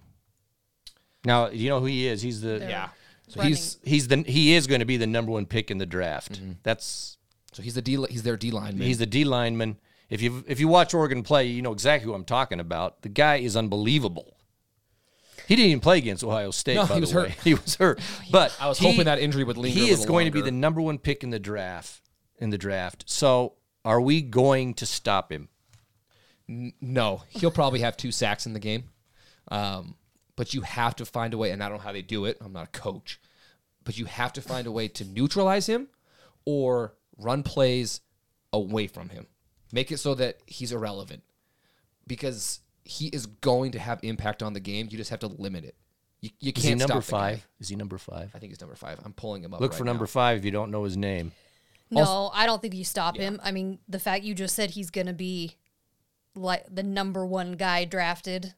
Now, you know who he is. He's the
Yeah.
So he's
he's the he is going to be the number 1 pick in the draft. That's
so he's the D, he's their D lineman.
he's the D lineman. If you if you watch Oregon play, you know exactly who I'm talking about. The guy is unbelievable. He didn't even play against Ohio State.
No,
by the
he was
way.
hurt.
He was hurt. But
I was
he-
hoping that injury would linger a
He is
little
going to be
longer.
the number one pick in the draft. In the draft, so are we going to stop him?
No, he'll probably have two sacks in the game. Um, but you have to find a way, and I don't know how they do it. I'm not a coach, but you have to find a way to neutralize him or run plays away from him. Make it so that he's irrelevant because he is going to have impact on the game. You just have to limit it. You, you
Is
can't
he number
stop the guy.
five? Is he number five?
I think he's number five. I'm pulling him up.
Look
right
for number
now.
five if you don't know his name.
No, I don't think you stop him. I mean, the fact you just said he's going to be like the number one guy drafted.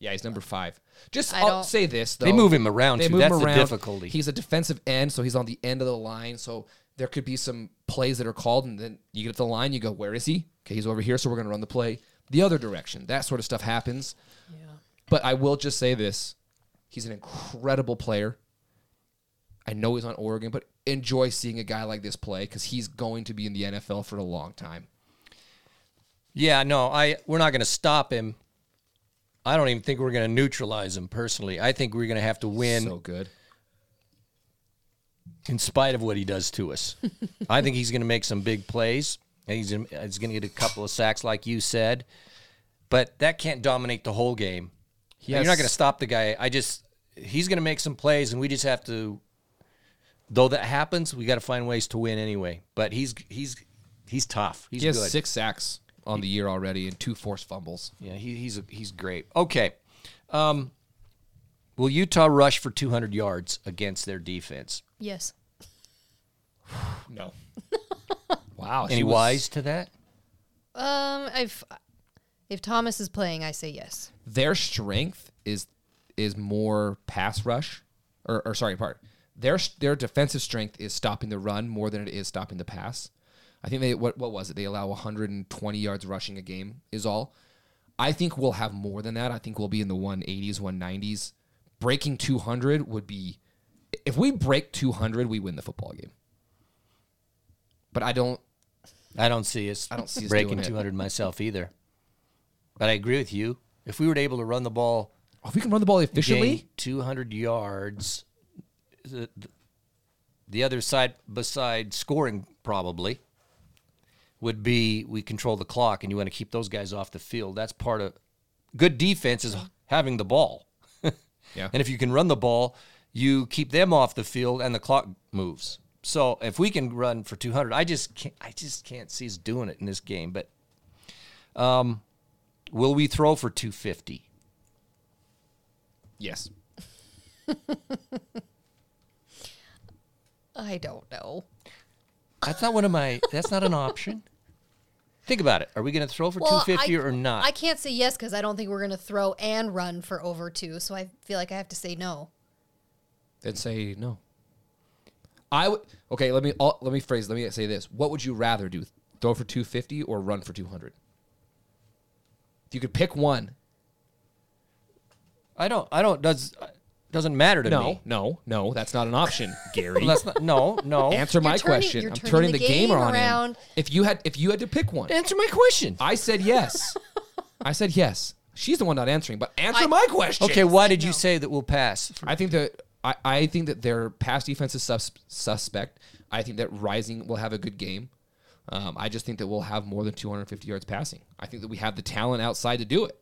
Yeah, he's number five. Just
I
I'll
don't-
say this though.
They move him around,
They
too.
move
That's
him
the
around.
difficulty.
He's a defensive end, so he's on the end of the line. So there could be some plays that are called, and then you get up the line, you go, Where is he? Okay, he's over here, so we're gonna run the play the other direction. That sort of stuff happens. But I will just say this. He's an incredible player. I know he's on Oregon, but enjoy seeing a guy like this play because he's going to be in the NFL for a long time.
Yeah, no, I we're not going to stop him. I don't even think we're going to neutralize him personally. I think we're going to have to win
so good.
in spite of what he does to us. I think he's going to make some big plays. And he's gonna, he's going to get a couple of sacks, like you said. But that can't dominate the whole game.
has-
You're not going to stop the guy. I just he's going to make some plays, and we just have to. Though that happens, we got to find ways to win anyway. But he's he's he's tough. He's
He has
good.
six sacks on the year already and two forced fumbles.
Yeah, he, he's he's great. Okay, um, will Utah rush for 200 yards against their defense?
Yes.
No. wow. she
Any
was-
wise to that?
Um, if if Thomas is playing, I say yes.
Their strength is is more pass rush, or, or sorry, part their their defensive strength is stopping the run more than it is stopping the pass. I think they what what was it? They allow 120 yards rushing a game is all. I think we'll have more than that. I think we'll be in the 180s, 190s. Breaking 200 would be if we break 200, we win the football game. But I don't.
I don't see us. I
don't see us
breaking
doing it.
200 myself either. But I agree with you. If we were able to run the ball,
If we can run the ball efficiently,
gain 200 yards, the, the other side beside scoring probably would be we control the clock, and you want to keep those guys off the field. That's part of good defense is having the ball.
Yeah.
And if you can run the ball, you keep them off the field and the clock moves. So if we can run for 200, I just can't, I just can't see us doing it in this game. But um, will we throw for 250?
yes.
I don't know.
That's not one of my. That's not an option. Think about it. Are we going to throw for
Well,
250
I-
or not?
I can't say yes because I don't think we're gonna throw and run for over two. So I feel like I have to say no.
Then say no. I would okay. Let me I'll, let me phrase. Let me say this. What would you rather do? Throw for two fifty or run for two hundred? If you could pick one,
I don't. I don't. Does doesn't matter to
no,
me.
no, no, that's not an option, Gary.
Well, that's not. No. No.
Answer my
turning-
question.
you're
I'm
turning
turning
the
the, gamer
game
on him.
around.
If you had if you had to pick one,
Answer my question.
I said yes. I said yes. She's the one not answering, but answer my question.
Okay. Why did
no.
you say that we'll pass? For-
I think that I, I think that their pass defense is sus- suspect. I think that Rising will have a good game. Um, I just think that we'll have more than 250 yards passing. I think that we have the talent outside to do it,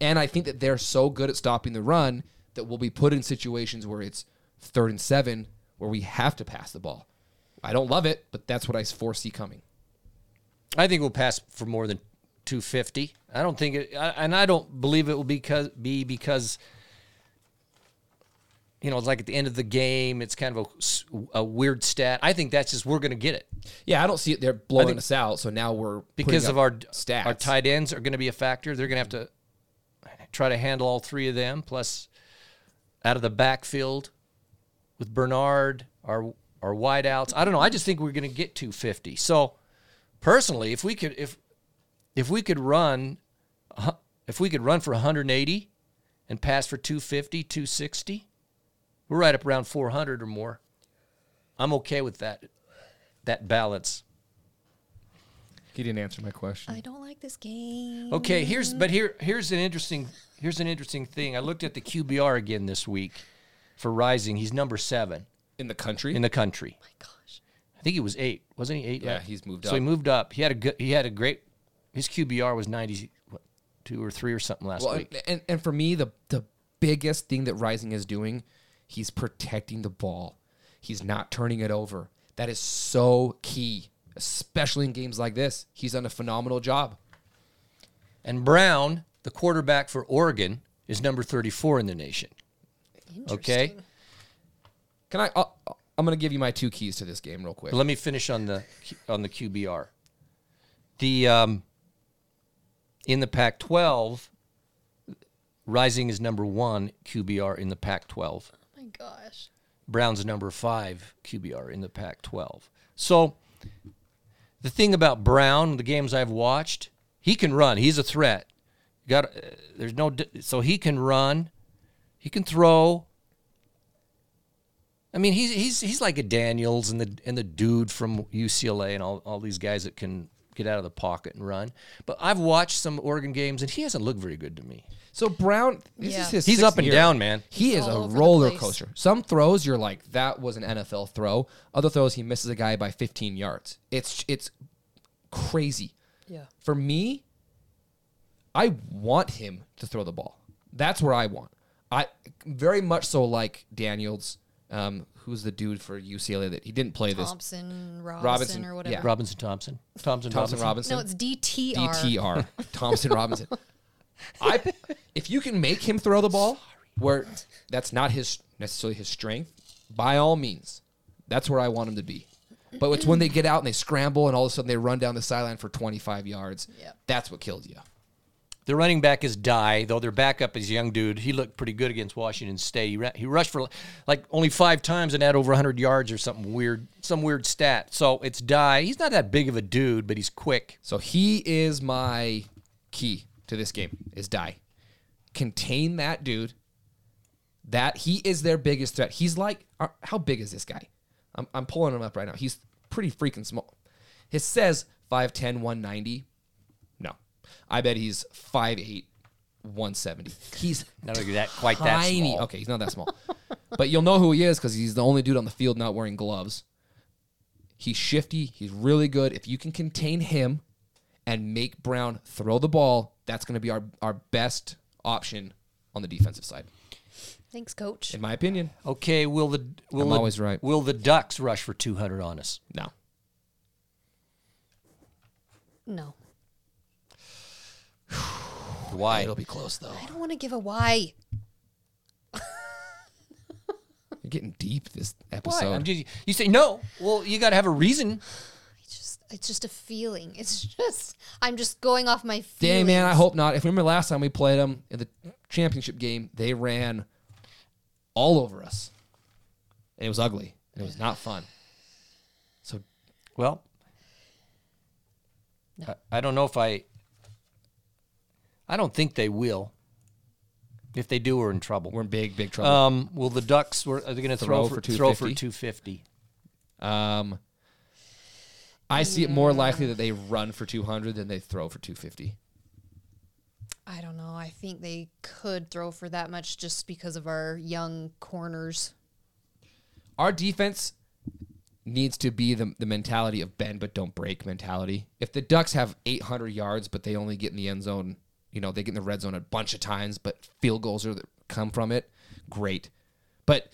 and I think that they're so good at stopping the run that we'll be put in situations where it's third and seven where we have to pass the ball. I don't love it, but that's what I foresee coming.
I think we'll pass for more than 250. I don't think it, I, and I don't believe it will because be because you know, it's like at the end of the game, it's kind of a s- a, weird stat. I think that's just we're going to get it
Yeah, I don't see it. They're blowing
think-
us out, so now we're putting
because
up
of our
stats.
our tight ends are going to be a factor. They're going to have to try to handle all three of them plus out of the backfield with Bernard, our our wideouts. I don't know. I just think we're going to get 250. So personally, if we could if if we could run uh, if we could run for 180 and pass for 250, 260, we're right up around 400 or more. I'm okay with that that balance.
He didn't answer my question.
I don't like this game.
Okay, here's but here here's an interesting here's an interesting thing. I looked at the QBR again this week for Rising. He's number seven
in the country,
in the country.
Oh my gosh.
I think he was eight, wasn't he? Eight.
Yeah,
last-
he's moved
So he
up.
moved up. He had a good. He had a great. His QBR was ninety what, two or three or something last
well,
week.
and and for me, the the biggest thing that Rising is doing, he's protecting the ball. He's not turning it over. That is so key, especially in games like this. He's done a phenomenal job.
And Brown, the quarterback for Oregon, is number thirty-four in the nation. Okay,
Can I? I'll, I'm going to give you my two keys to this game real quick.
let me finish on the on the QBR. The um, in the Pac-12, Rising is number one QBR in the Pac-12.
Oh my gosh.
Brown's number five QBR in the Pac 12. So the thing about Brown, the games I've watched, he can run. He's a threat. Got uh, there's no di- so he can run, he can throw. I mean, he's he's he's like a Daniels and the and the dude from UCLA and all, all these guys that can get out of the pocket and run. But I've watched some Oregon games and he hasn't looked very good to me.
So Brown, this
Yeah.
is his.
He's
sixth
up and
year.
down, man.
He is
all
a
over the
roller
place.
coaster. Some throws you're like, that was an NFL throw. Other throws he misses a guy by 15 yards. It's it's crazy.
Yeah.
For me, I want him to throw the ball. That's where I want. I very much so like Daniels, um, who's the dude for UCLA that he didn't play this.
Thompson, Robinson,
Robinson,
or whatever.
yeah.
Robinson Thompson. Thompson
Thompson
Robinson.
Robinson.
No, it's DTR.
DTR Thompson Robinson. I if you can make him throw the ball where that's not his necessarily his strength, by all means, that's where I want him to be. But it's when they get out and they scramble and all of a sudden they run down the sideline for 25 yards.
Yep.
That's what killed you.
Their running back is Die, though their backup is a young dude. He looked pretty good against Washington State. He, ra- he rushed for like only five times and had over 100 yards or something weird, some weird stat. So it's Die. He's not that big of a dude, but he's quick.
So he is my key to this game is die. Contain that dude. That he is their biggest threat. He's like uh, how big is this guy? I'm, I'm pulling him up right now. He's pretty freaking small. It says 5'10, 190. No. I bet he's 5'8, 170. He's
Not like that quite that
tiny.
small.
Okay, he's not that small. but you'll know who he is because he's the only dude on the field not wearing gloves. He's shifty. He's really good. If you can contain him and make Brown throw the ball, that's going to be our, our best option on the defensive side,
Thanks, coach.
in my opinion.
Okay, will the will
I'm
the,
always right.
Will the Ducks rush for 200 on us?
No.
No.
Why?
It'll be close, though.
I don't want to give a why.
You're getting deep this
Why?
episode.
I'm just, you say no. Well, you got to have a reason.
It's just it's just a feeling. It's just I'm just going off my feelings.
Dang, man, I hope not. If you remember last time we played them in the championship game, they ran all over us. And it was ugly. and it was not fun. So
Well, I, I don't know if I. I don't think they will. If they do, we're in trouble.
we're in big, big trouble.
um, will the Ducks? Were, are they going to throw,
Throw
for
for
throw for
250?
two fifty?
Um, I see it more likely that they run for 200 than they throw for 250.
I don't know. I think they could throw for that much just because of our young corners.
Our defense needs to be the, the mentality of bend but don't break mentality. If the Ducks have 800 yards, but they only get in the end zone, you know, they get in the red zone a bunch of times, but field goals are that come from it, great. But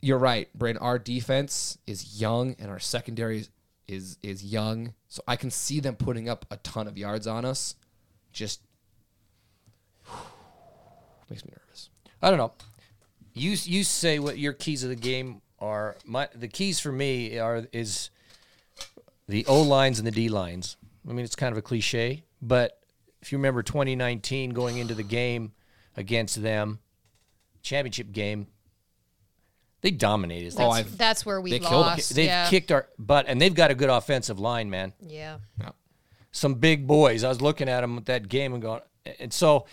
you're right, Brandon. Our defense is young and our secondary is, is is young. So I can see them putting up a ton of yards on us. Just makes me nervous.
I don't know. You you say what your keys of the game are. My the keys for me are is the O lines and the D lines. I mean, it's kind of a cliche, but if you remember 2019 going into the game against them, championship game, they dominated.
Oh,
That's,
I've-
that's where we
they killed it.
lost.
They've
yeah.
kicked our butt, and they've got a good offensive line, man
yeah.
some big boys. I was looking at them at that game and going, and so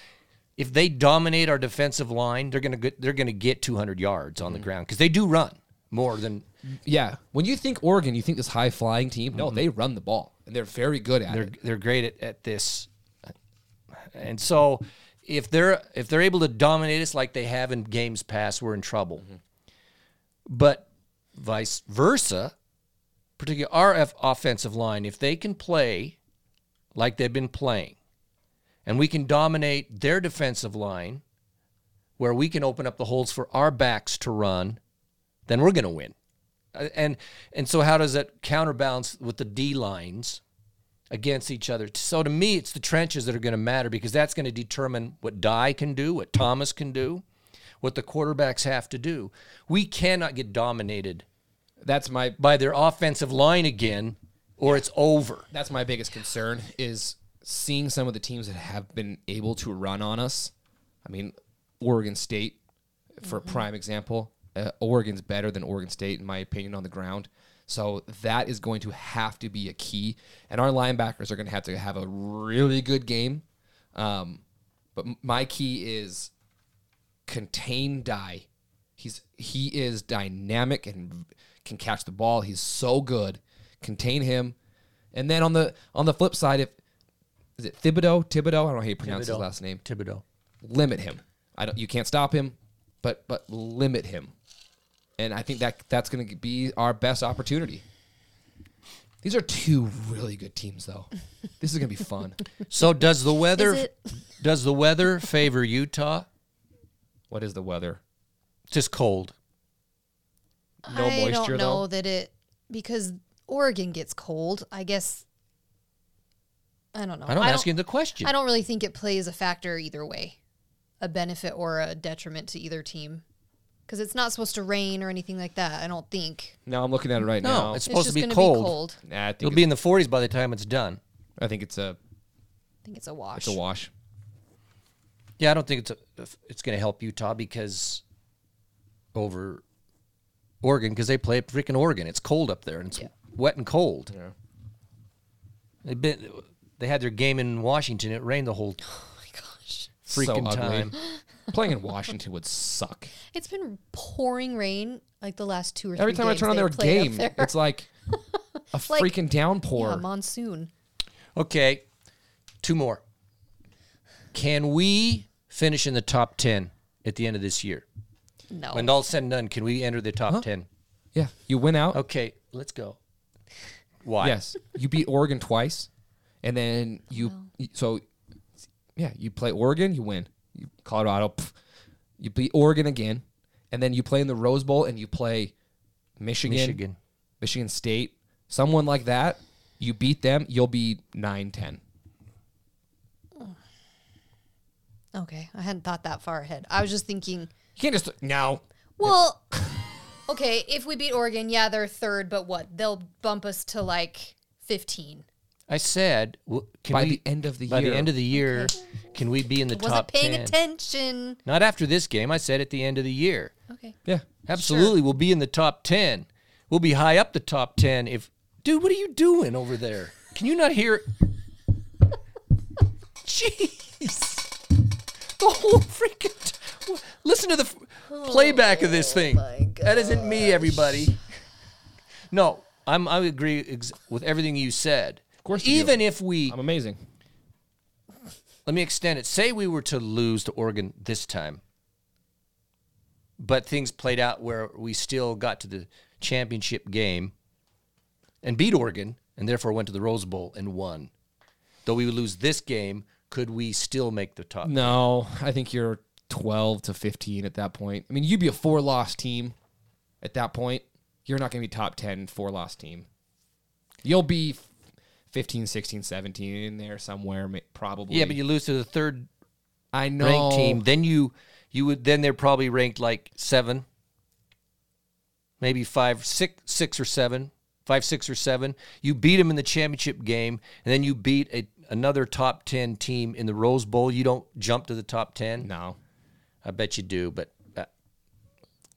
if they dominate our defensive line, they're gonna get, they're gonna get 200 yards on the ground because they do run more than
Yeah. When you think Oregon, you think this high flying team. No, they run the ball and they're very good at
they're
it.
they're great at, at this. And so if they're if they're able to dominate us like they have in games past, we're in trouble. But vice versa, particularly our F- offensive line, if they can play like they've been playing, and we can dominate their defensive line, where we can open up the holes for our backs to run, then we're going to win. Uh, And and so how does that counterbalance with the D lines against each other? So to me, it's the trenches that are going to matter because that's going to determine what Die can do, what Thomas can do, what the quarterbacks have to do. We cannot get dominated
That's my
by their offensive line again, or it's over.
that's my biggest concern is seeing some of the teams that have been able to run on us. I mean, Oregon State, for a prime example, uh, Oregon's better than Oregon State in my opinion on the ground. So that is going to have to be a key, and our linebackers are going to have to have a really good game. Um, but m- my key is contain die. He's he is dynamic and can catch the ball. He's so good. Contain him. And then on the on the flip side, if is it Thibodeau? Thibodeau, I don't know how you pronounce his
Thibodeau.
last name.
Thibodeau.
Limit him. I don't. You can't stop him, but but limit him. And I think that that's going to be our best opportunity. These are two really good teams, though. This is going to be fun.
So does the weather
Is it-
does the weather favor Utah?
what is the weather?
Just cold.
No
I don't
moisture,
know
though?
that it because Oregon gets cold. I guess I don't know.
I don't ask you the question.
I don't really think it plays a factor either way, a benefit or a detriment to either team, because it's not supposed to rain or anything like that. I don't think
No, I'm looking at it right
No,
now.
it's
it's
supposed
just
to be
going to
cold.
be cold.
Nah, I think
It'll
it's-
be in the 40s by the time it's done.
I think it's a
I think it's a wash.
it's a wash.
Yeah, I don't think it's a, it's going to help Utah because over Oregon because they play at freaking Oregon. It's cold up there and it's wet and cold.
Yeah.
They've been they had their game in Washington. It rained the whole
Oh my gosh,
freaking
ugly.
time.
Playing in Washington would suck.
it's been pouring rain like the last two or three
Every time I turn on
games
their
they played up
game,
there.
it's like a
like-
freaking downpour.
yeah, monsoon.
Okay, two more. Can we finish in the top ten at the end of this year?
No,
When all said and done, can we enter the top ten?
Yeah, you win out.
Okay, let's go. Why?
Yes, you beat Oregon twice, and then you
Oh.
so yeah you play Oregon, you win. You, Colorado, pff, you beat Oregon again, and then you play in the Rose Bowl and you play Michigan,
Michigan.
Michigan State, someone like that. You beat them, you'll be 9 10.
okay, I hadn't thought that far ahead. I was just thinking.
You can't just no.
Well, okay, if we beat Oregon, yeah, they're third, but what? They'll bump us to like 15.
I said, w- can
By
we-
the end of the
by
year.
the end of the year, can we be in the
Wasn't
top
paying
10?
attention.
Not after this game. I said at the end of the year.
Okay.
Yeah,
Absolutely, we'll be in the top 10. We'll be high up the top 10 if, dude, what are you doing over there? Can you not hear? Jeez. The whole freaking. T- Listen to the f- playback of this thing. That isn't me, everybody. No, I'm, I agree ex- with everything you said. Of
course you do.
Even if we
I'm amazing.
let me extend it. Say we were to lose to Oregon this time, but things played out where we still got to the championship game and beat Oregon and therefore went to the Rose Bowl and won. Though we would lose this game, could we still make the top?
No, I think you're 12 to 15 at that point. I mean, you'd be a four loss team at that point. You're not going to be top 10 four loss team. You'll be 15, 16, 17 in there somewhere, ma- probably.
Yeah, but you lose to the third
I know.
ranked team, then you you would then they're probably ranked like 7 maybe five, six, six or 7, 5 6 or 7. You beat them in the championship game and then you beat a, another top 10 team in the Rose Bowl. You don't jump to the top 10?
No.
I bet you do, but uh,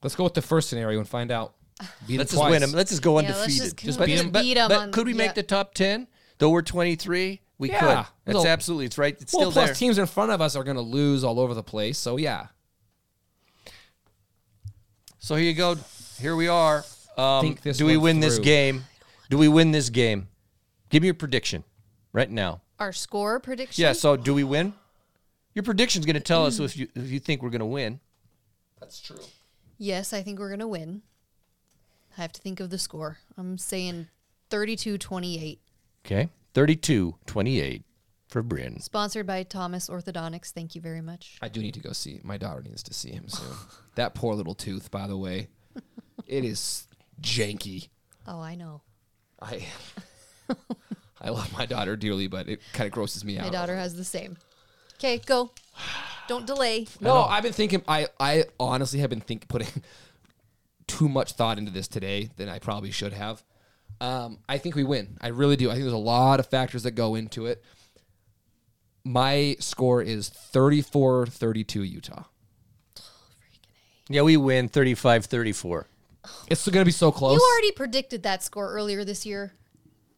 Let's go with the first scenario and find out. Beat
let's
them
just win
twice.
them. Let's just go
Yeah,
undefeated.
let's just
But-
completely
but,
beat 'em
but
on-
could we make
yeah.
the top 10? Though we're 23, we
Yeah.
could. That's
Well,
absolutely it's right. It's
well,
still
plus
there.
teams in front of us are going to lose all over the place. So, yeah.
So here you go. Here we are. Um,
Think this
do we
one
win this
through.
game? Do we win this game? Give me your prediction right now.
Our score prediction.
Yeah. So do we win? Your prediction's going to tell us if you if you think we're going to win.
That's true.
Yes, I think we're going to win. I have to think of the score. I'm saying 32 28.
Okay. 32-28 for Bryn.
Sponsored by Thomas Orthodontics. Thank you very much.
I do need to go see. My daughter needs to see him soon. that poor little tooth, by the way, it is janky.
Oh, I know.
I I love my daughter dearly, but it kind of grosses me out.
My daughter has the same. Okay, go. Don't delay.
No, I've been thinking. I I honestly have been think putting too much thought into this today than I probably should have. Um, I think we win. I really do. I think there's a lot of factors that go into it. My score is 34-32 Utah.
Yeah, we win 35-34.
It's still going to be so close.
You already predicted that score earlier this year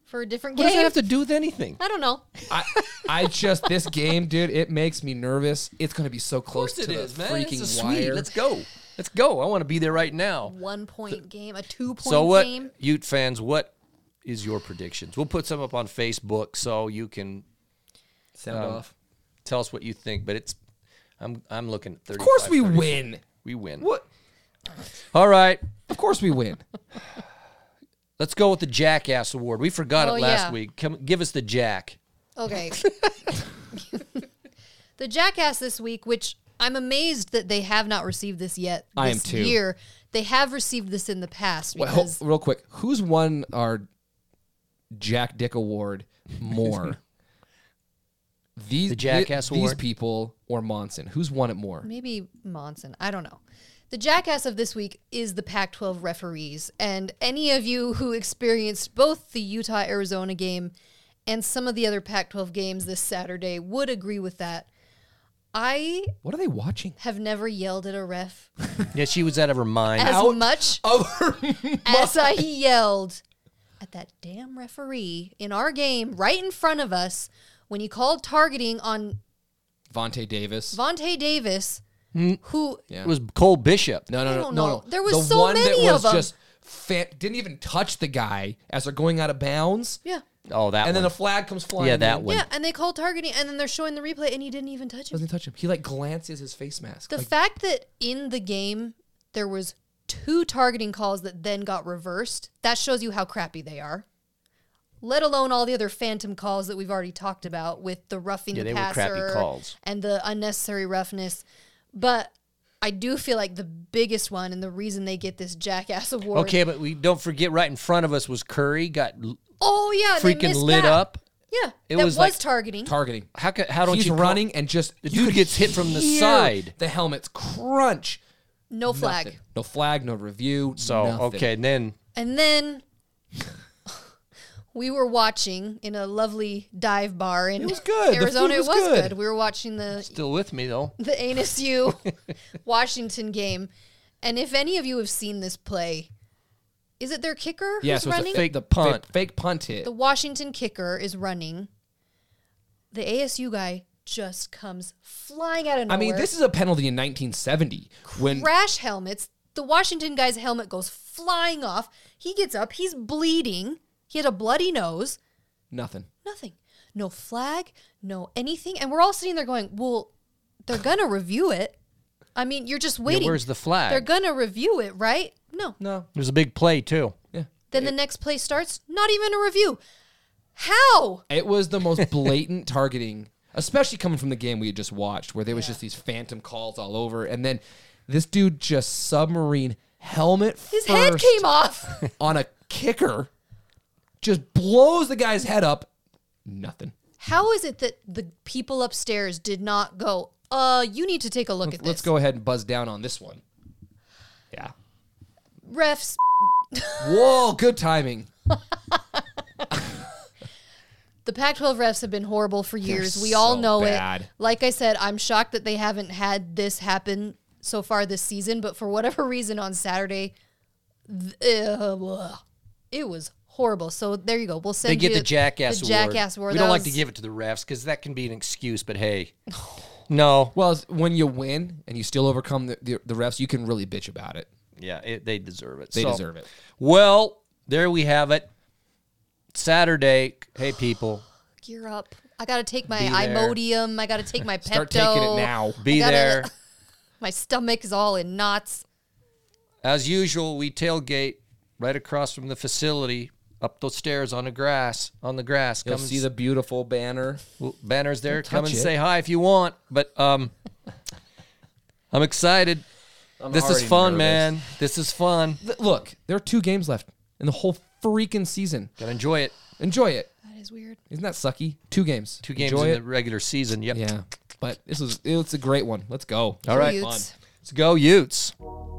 for a different
What does
game.
that have to do with anything?
I don't know.
I, I just this game, dude. It makes me nervous. It's gonna be so close to the freaking wire.
Let's go. Let's go. I want to be there right now.
One point game, a two point
So what,
game.
Ute fans? What is your predictions? We'll put some up on Facebook so you can
Sound off.
tell us what you think. But it's I'm I'm looking at 35,
Of course we
34.
win.
We win.
What?
All right,
Of course we win.
let's go with the Jackass Award. We forgot
Oh,
it last
yeah.
week. Come, give us the Jack.
Okay. the Jackass this week, which I'm amazed that they have not received this yet. This
I am too.
Year they have received this in the past
Wait, ho-
because
real quick, who's won our Jack Dick Award more? these
The Jackass
thi- These
Award?
people or Monson? Who's won it more?
maybe Monson. I don't know. The jackass of this week is the Pac 12 referees. And any of you who experienced both the Utah Arizona game and some of the other Pac 12 games this Saturday would agree with that. I
What are they watching?
have never yelled at a ref
Yeah, she was out of her mind.
as much as I yelled at that damn referee in our game right in front of us when he called targeting on
Vontae Davis.
Vontae Davis, who
It was Cole Bishop.
No,
I
no, no,
don't
no,
know.
no.
There was
the
so
one
many
that
of
was
them.
just fan- didn't even touch the guy as they're going out of bounds,
yeah.
Oh, that
and then
one.
a flag comes flying.
yeah, that
in.
one.
Yeah, and they called targeting, and then they're showing the replay, and he didn't even touch it.
Doesn't touch him. He like glances his face mask.
The
Like,
fact that in the game there was two targeting calls that then got reversed, that shows you how crappy they are. Let alone all the other phantom calls that we've already talked about with the roughing
Yeah,
the
they were
passer
crappy calls.
and the unnecessary roughness. But I do feel like the biggest one and the reason they get this jackass award.
Okay, but we don't forget. Right in front of us was Curry. Got l-
Oh yeah, they
freaking
missed
lit
that.
up.
Yeah, that
It was
was,
like
targeting.
targeting.
How ca how don't
He's
you call-
running and just
The
you
dude
could
gets hit from the
hear
side.
The helmets crunch.
no flag.
Nothing. No flag. No review.
So
nothing.
okay, and then
And then we were watching in a lovely dive bar in
was good. The
Arizona.
food was
it was good.
good.
We were watching the
still with me though.
the NSU Washington game. And if any of you have seen this play, is it their kicker
Yeah,
who's
so it's a
running?
fake
The
the
punt.
punt, fake punt hit.
the Washington kicker is running. The ASU guy just comes flying out of
I
nowhere.
mean, this is a penalty in 1970 when
rash helmets. The Washington guy's helmet goes flying off. He gets up. He's bleeding. He had a bloody nose.
nothing.
Nothing. No flag. No anything. And we're all sitting there going, "Well, they're gonna review it." I mean, you're just
Yeah,
waiting.
where's the flag?
They're gonna review it, right? No.
No.
There's a big play too.
Yeah.
Then the next play starts. Not even a review. How?
It was the most blatant targeting, especially coming from the game we had just watched, where there was just these phantom calls all over, and then this dude just submarine helmet
His head came off.
on a kicker, just blows the guy's head up. Nothing.
How is it that the people upstairs did not go? Uh, you need to take a look at this.
Let's go ahead and buzz down on this one. Yeah.
refs.
Whoa, good timing.
The Pac-12 refs have been horrible for years. we
so
all know it.
bad.
Like I said, I'm shocked that they haven't had this happen so far this season. But for whatever reason, on Saturday, th- uh, blah. it was horrible. So there you go. We'll send
They get
you
the jackass
The
award.
jackass award.
We
That
don't like to
was-
give it to the refs because that can be an excuse. But hey, no,
Well, it's- when you win and you still overcome the, the, the refs, you can really bitch about it.
yeah, it, they deserve it.
They
So-
deserve it.
Well, there we have it. Saturday, hey people,
gear up. I gotta take my
Be there.
Imodium. I gotta take my Pepto.
Start taking it now.
be
I gotta-
there.
My stomach is all in knots.
As usual, we tailgate right across from the facility, up those stairs on the grass. On the grass,
You'll
come
see
and
the beautiful banner.
Well, banners there. Come and
touch it.
say hi if you want. But um, I'm excited. this is
already
fun,
nervous.
man. This is fun.
Th- Look, there are two games left in the whole freaking season.
Gotta enjoy it.
Enjoy it.
That is weird.
Isn't that sucky? Two games.
Two games
Enjoy
in
it.
the regular season. Yep.
yeah. But this is it's a great one. Let's go.
All right.
Utes.
Fun. Let's go, Utes.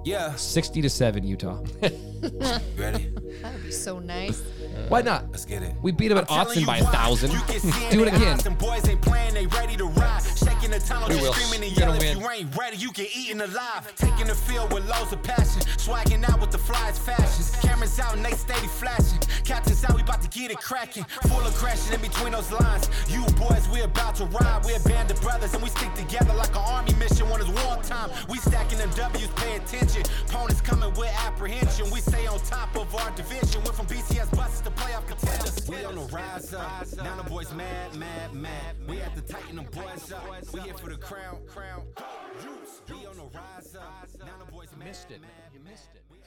Yeah.
60 to 7 Utah.
You ready?
That would be so nice.
Why not?
Let's get it.
We beat him at
I'm telling
Austin
you
by a
why.
thousand.
You can see
Do
in
it
their
again.
eyes, them boys ain't playing, they ready to ride. Shaking the tunnel,
We
just
will.
screaming and
We're gonna
yelling. If
win.
you ain't ready, you get eaten alive. Taking the field with loads of passion. Swagging out with the flies fashions. Cameras out and they steady flashing. Captain's out, we about to get it cracking. Full of crashing in between those lines. You boys, we about to ride. We're a band of brothers and we stick together like an army mission when it's wartime. We stacking them W's, pay attention. Opponents coming with apprehension. We stay on top of our division. Went from BCS buses to playoff contenders. We on the rise up. Now the boys mad, mad, mad. We have to tighten the boys up. We here for the crown, crown. Go Utes. We on the rise up. Now the boys mad,
Missed it.
mad,
You missed it.
mad.